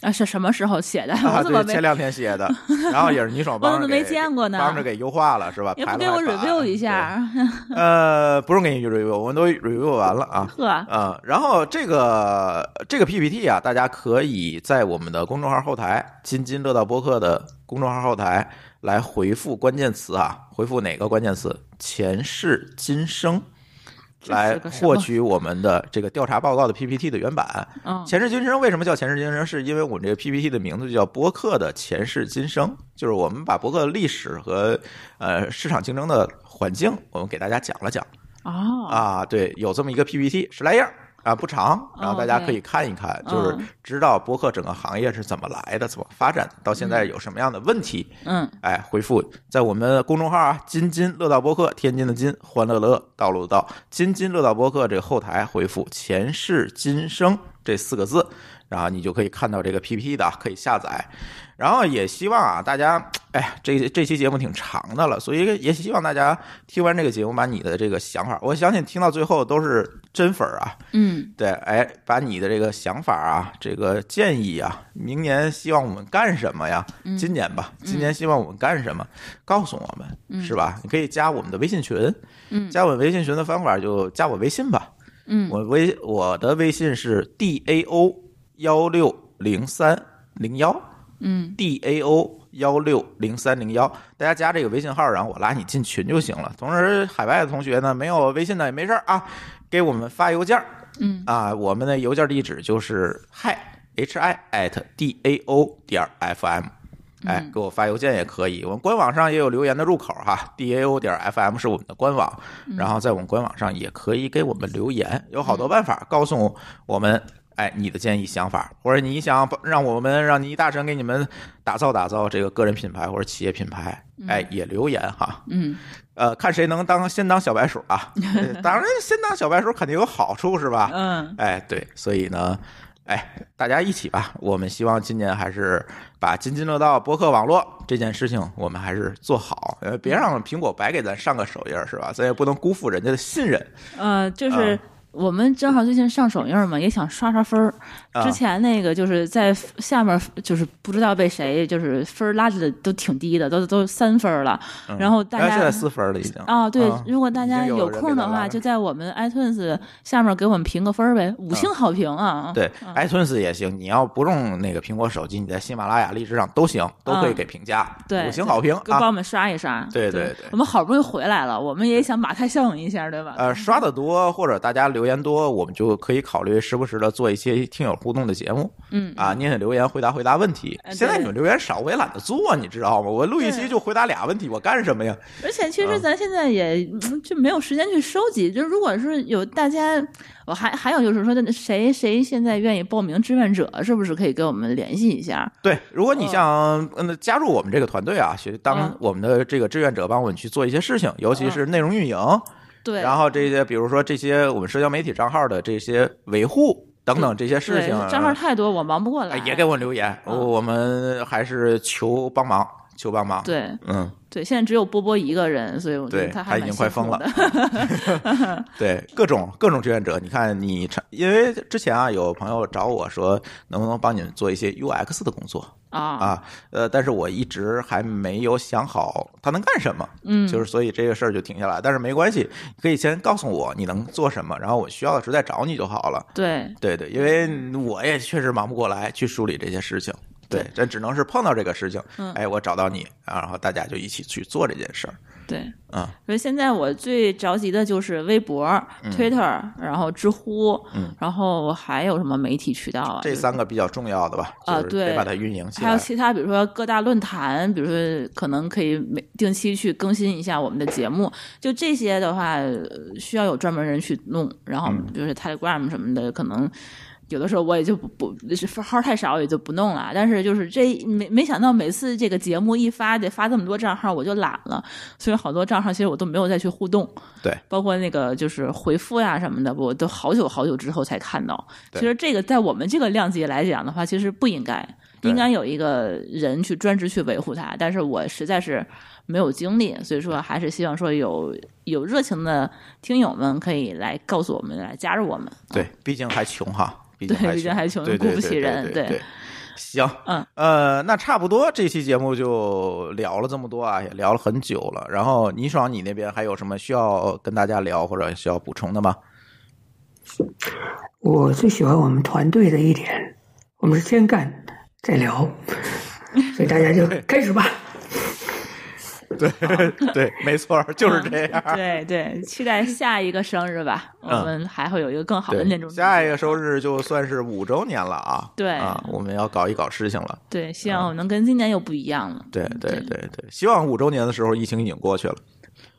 Speaker 2: 啊，是什么时候写的？
Speaker 1: 啊，
Speaker 2: 我怎
Speaker 1: 对
Speaker 2: 么，没
Speaker 1: 前？两天写 的，然后也是倪爽帮
Speaker 2: 我
Speaker 1: 着
Speaker 2: 怎么没
Speaker 1: 给
Speaker 2: 见过呢
Speaker 1: 帮着给优化了是吧？
Speaker 2: 也
Speaker 1: 排
Speaker 2: 不
Speaker 1: 了
Speaker 2: 给我
Speaker 1: 排版
Speaker 2: review 一下，
Speaker 1: 对呃，不用给你 review，我们都 review 完了 啊。
Speaker 2: 呵，
Speaker 1: 嗯，然后这个这个 PPT 啊，大家可以在我们的公众号后台“津津乐道播客”的公众号后台来回复关键词啊，回复哪个关键词“前世今生”，
Speaker 2: 这
Speaker 1: 来
Speaker 2: 是个什么
Speaker 1: 获取我们的这个调查报告的 PPT 的原版。
Speaker 2: 嗯，
Speaker 1: 前世今生为什么叫前世今生？是因为我们这个 PPT 的名字就叫播客的前世今生，就是我们把播客的历史和呃市场竞争的环境，我们给大家讲了讲。
Speaker 2: 哦，
Speaker 1: 啊，对，有这么一个 PPT，十来页儿啊，不长，然后大家可以看一看，就是
Speaker 2: 嗯
Speaker 1: 知道播客整个行业是怎么来的，怎么发展的，到现在有什么样的问题。
Speaker 2: 嗯，
Speaker 1: 哎，回复在我们的公众号啊，津津乐道播客，天津的津，欢乐的乐，道路的道，津津乐道播客这个后台回复“前世今生”这四个字，然后你就可以看到这个 PPT 的，啊可以下载。然后也希望啊，大家，哎呀，这这期节目挺长的了，所以也希望大家听完这个节目，把你的这个想法，我相信听到最后都是真粉儿啊，
Speaker 2: 嗯，
Speaker 1: 对，哎，把你的这个想法啊，这个建议啊，明年希望我们干什么呀？
Speaker 2: 嗯
Speaker 1: 今年吧，今年希望我们干什么？告诉我们，是吧？你可以加我们的微信群，
Speaker 2: 嗯
Speaker 1: 加我们微信群的方法就加我微信吧，
Speaker 2: 嗯
Speaker 1: 我微我的微信是 d a o 幺六零三零幺
Speaker 2: 嗯，
Speaker 1: d a o 幺六零三零幺，大家加这个微信号，然后我拉你进群就行了。同时，海外的同学呢，没有微信的也没事儿啊，给我们发邮件儿。
Speaker 2: 嗯
Speaker 1: 啊，我们的邮件地址就是 hi h i at d a o 点 f m。哎，给我发邮件也可以。我们官网上也有留言的入口哈，d a o 点 f m 是我们的官网，然后在我们官网上也可以给我们留言，有好多办法告诉我们，哎，你的建议想法，或者你想让我们让倪大神给你们打造打造这个个人品牌或者企业品牌，哎，也留言哈。
Speaker 2: 嗯，
Speaker 1: 呃，看谁能当先当小白鼠啊？呃当然，先当小白鼠肯定有好处是吧？
Speaker 2: 嗯，
Speaker 1: 哎，对，所以呢，哎，大家一起吧，我们希望今年还是把津津乐道博客网络这件事情，我们还是做好，呃，别让苹果白给咱上个手印儿，是吧？咱也不能辜负人家的信任。
Speaker 2: 呃，就是
Speaker 1: 啊
Speaker 2: 我们正好最近上首映嘛，也想刷刷分儿。
Speaker 1: 啊
Speaker 2: 之前那个就是在下面，就是不知道被谁就是分儿拉的都挺低的，都都三分儿了。然后大
Speaker 1: 哎
Speaker 2: 家
Speaker 1: 现在四分了已经。
Speaker 2: 啊，对
Speaker 1: 啊，
Speaker 2: 如果大
Speaker 1: 已
Speaker 2: 家
Speaker 1: 经有
Speaker 2: 有
Speaker 1: 人
Speaker 2: 空
Speaker 1: 给
Speaker 2: 的
Speaker 1: 咱拉
Speaker 2: 话，
Speaker 1: 了
Speaker 2: 就在我们 iTunes 下面给我们评个分儿呗，五星好评啊。
Speaker 1: 对，iTunes 也行，你要不用那个苹果手机，你在喜马拉雅、荔枝上都行，都可以
Speaker 2: 嗯
Speaker 1: 给评价，
Speaker 2: 对，
Speaker 1: 五星好评
Speaker 2: 给帮
Speaker 1: 啊
Speaker 2: 我。们刷一刷。
Speaker 1: 对
Speaker 2: 对
Speaker 1: 对对
Speaker 2: 我们好不容易回来了，我们也想马太效应一下，对吧？
Speaker 1: 呃，刷的多或者大家留言多，我们就可以考虑时不时的做一些听友互动的节目。
Speaker 2: 嗯，
Speaker 1: 啊，念念留言，回答回答问题。
Speaker 2: 哎对
Speaker 1: 现在你们留言少，我也懒得做，你知道吗？我录一期
Speaker 2: 对
Speaker 1: 就回答俩问题，我干什么呀？
Speaker 2: 而且其
Speaker 1: 啊
Speaker 2: 实咱现在也、嗯就没有时间去收集，就如果是有大家，我还还有就是说，谁谁现在愿意报名志愿者，是不是可以给我们联系一下？
Speaker 1: 对，如果你想嗯加入我们这个团队啊，去当
Speaker 2: 嗯
Speaker 1: 我们的这个志愿者，帮我们去做一些事情，尤其是内容运营，
Speaker 2: 对，
Speaker 1: 然后这些比如说这些我们社交媒体账号的这些维护等等这些事
Speaker 2: 对
Speaker 1: 情，啊
Speaker 2: 账号嗯太多，我忙不过来。
Speaker 1: 哎也给我留言，我们还是求帮忙，求帮忙。，
Speaker 2: 对
Speaker 1: 嗯，
Speaker 2: 对，现在只有波波一个人，所以我觉
Speaker 1: 对
Speaker 2: 得他
Speaker 1: 他
Speaker 2: 还
Speaker 1: 已
Speaker 2: 蛮
Speaker 1: 经快
Speaker 2: 辛
Speaker 1: 疯
Speaker 2: 苦
Speaker 1: 了
Speaker 2: 的。
Speaker 1: 对，各种各种志愿者，你看你tra- 因为之前啊，有朋友找我说，能不能帮你们做一些 UX 的工作
Speaker 2: 啊，
Speaker 1: 啊？呃，但是我一直还没有想好他能干什么，
Speaker 2: 嗯，
Speaker 1: 就是所以这个事儿就停下来。但是没关系，可以先告诉我你能做什么，然后我需要的时候再找你就好了。
Speaker 2: 对
Speaker 1: 对对，因为我也确实忙不过来去梳理这些事情。对，这只能是碰到这个事情，
Speaker 2: 嗯
Speaker 1: 哎，我找到你，啊然后大家就一起去做这件事儿。
Speaker 2: 对。
Speaker 1: 嗯，
Speaker 2: 所以现在我最着急的就是微博、Twitter，然后知乎，然后还有什么媒体渠道啊？
Speaker 1: 嗯这
Speaker 2: 就是
Speaker 1: 三个比较重要的吧，
Speaker 2: 啊
Speaker 1: 就是得
Speaker 2: 对
Speaker 1: 把它运营起来。
Speaker 2: 还有其他，比如说各大论坛，比如说可能可以每定期去更新一下我们的节目。就这些的话，呃需要有专门人去弄。然后比如说 Telegram 什么的，可能有的时候我也就不不就是分号太少，也就不弄了。但是就是这没没想到每次这个节目一发得发这么多账号，我就懒了，所以好多账号其实我都没有再去互动。
Speaker 1: 对，
Speaker 2: 包括那个就是回复呀什么的，我都好久好久之后才看到。
Speaker 1: 对
Speaker 2: 其实这个在我们这个量级来讲的话，其实不应该，
Speaker 1: 对
Speaker 2: 应该有一个人去专职去维护它。但是我实在是没有精力，所以说还是希望说有有热情的听友们可以来告诉我们，来加入我 们。
Speaker 1: 对，啊毕竟还穷 哈，毕
Speaker 2: 对
Speaker 1: 竟还
Speaker 2: 毕竟还穷
Speaker 1: 对
Speaker 2: 雇
Speaker 1: 对对
Speaker 2: 不起
Speaker 1: 对
Speaker 2: 人
Speaker 1: 对
Speaker 2: 对
Speaker 1: 对。行，
Speaker 2: 嗯，
Speaker 1: 呃，那差不多，这期节目就聊了这么多啊，也聊了很久了。然后倪爽，你那边还有什么需要跟大家聊或者需要补充的吗？
Speaker 3: 我最喜欢我们团队的一点，我们是先干再聊，所以大家就开始吧。
Speaker 1: 对对，没错，就是这样。
Speaker 2: 对对，期待下一个生日吧，
Speaker 1: 嗯
Speaker 2: 我们还会有一个更好的那种。
Speaker 1: 对，下一个收视就算是五周年了啊！
Speaker 2: 对
Speaker 1: 啊，我们要搞一搞事情了。
Speaker 2: 对，希望我能跟今年又不一样了。
Speaker 1: 嗯对对
Speaker 2: 嗯
Speaker 1: 对对，希望五周年的时候疫情已经过去了。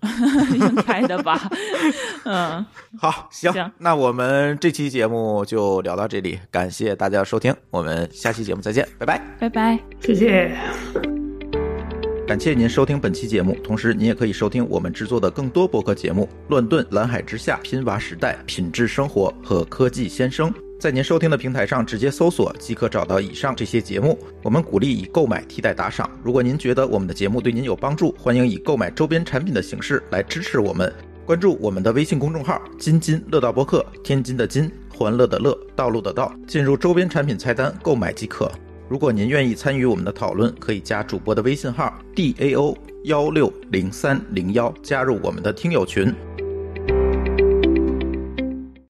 Speaker 2: 应该的吧？ 嗯，
Speaker 1: 好，行，
Speaker 2: 行
Speaker 1: 那我们这期节目就聊到这里，感谢大家的收听，我们下期节目再见，拜拜。
Speaker 2: 拜拜。
Speaker 3: 谢谢。
Speaker 1: 感谢您收听本期节目，同时您也可以收听我们制作的更多播客节目《乱炖》《蓝海之下》《拼娃时代》《品质生活》和《科技先生》。在您收听的平台上直接搜索即可找到以上这些节目。我们鼓励以购买替代打赏。如果您觉得我们的节目对您有帮助，欢迎以购买周边产品的形式来支持我们。关注我们的微信公众号“津津乐道播客”，天津的津，欢乐的乐，道路的道，进入周边产品菜单购买即可。如果您愿意参与我们的讨论，可以加主播的微信号 d a o 幺六零三零幺，加入我们的听友群。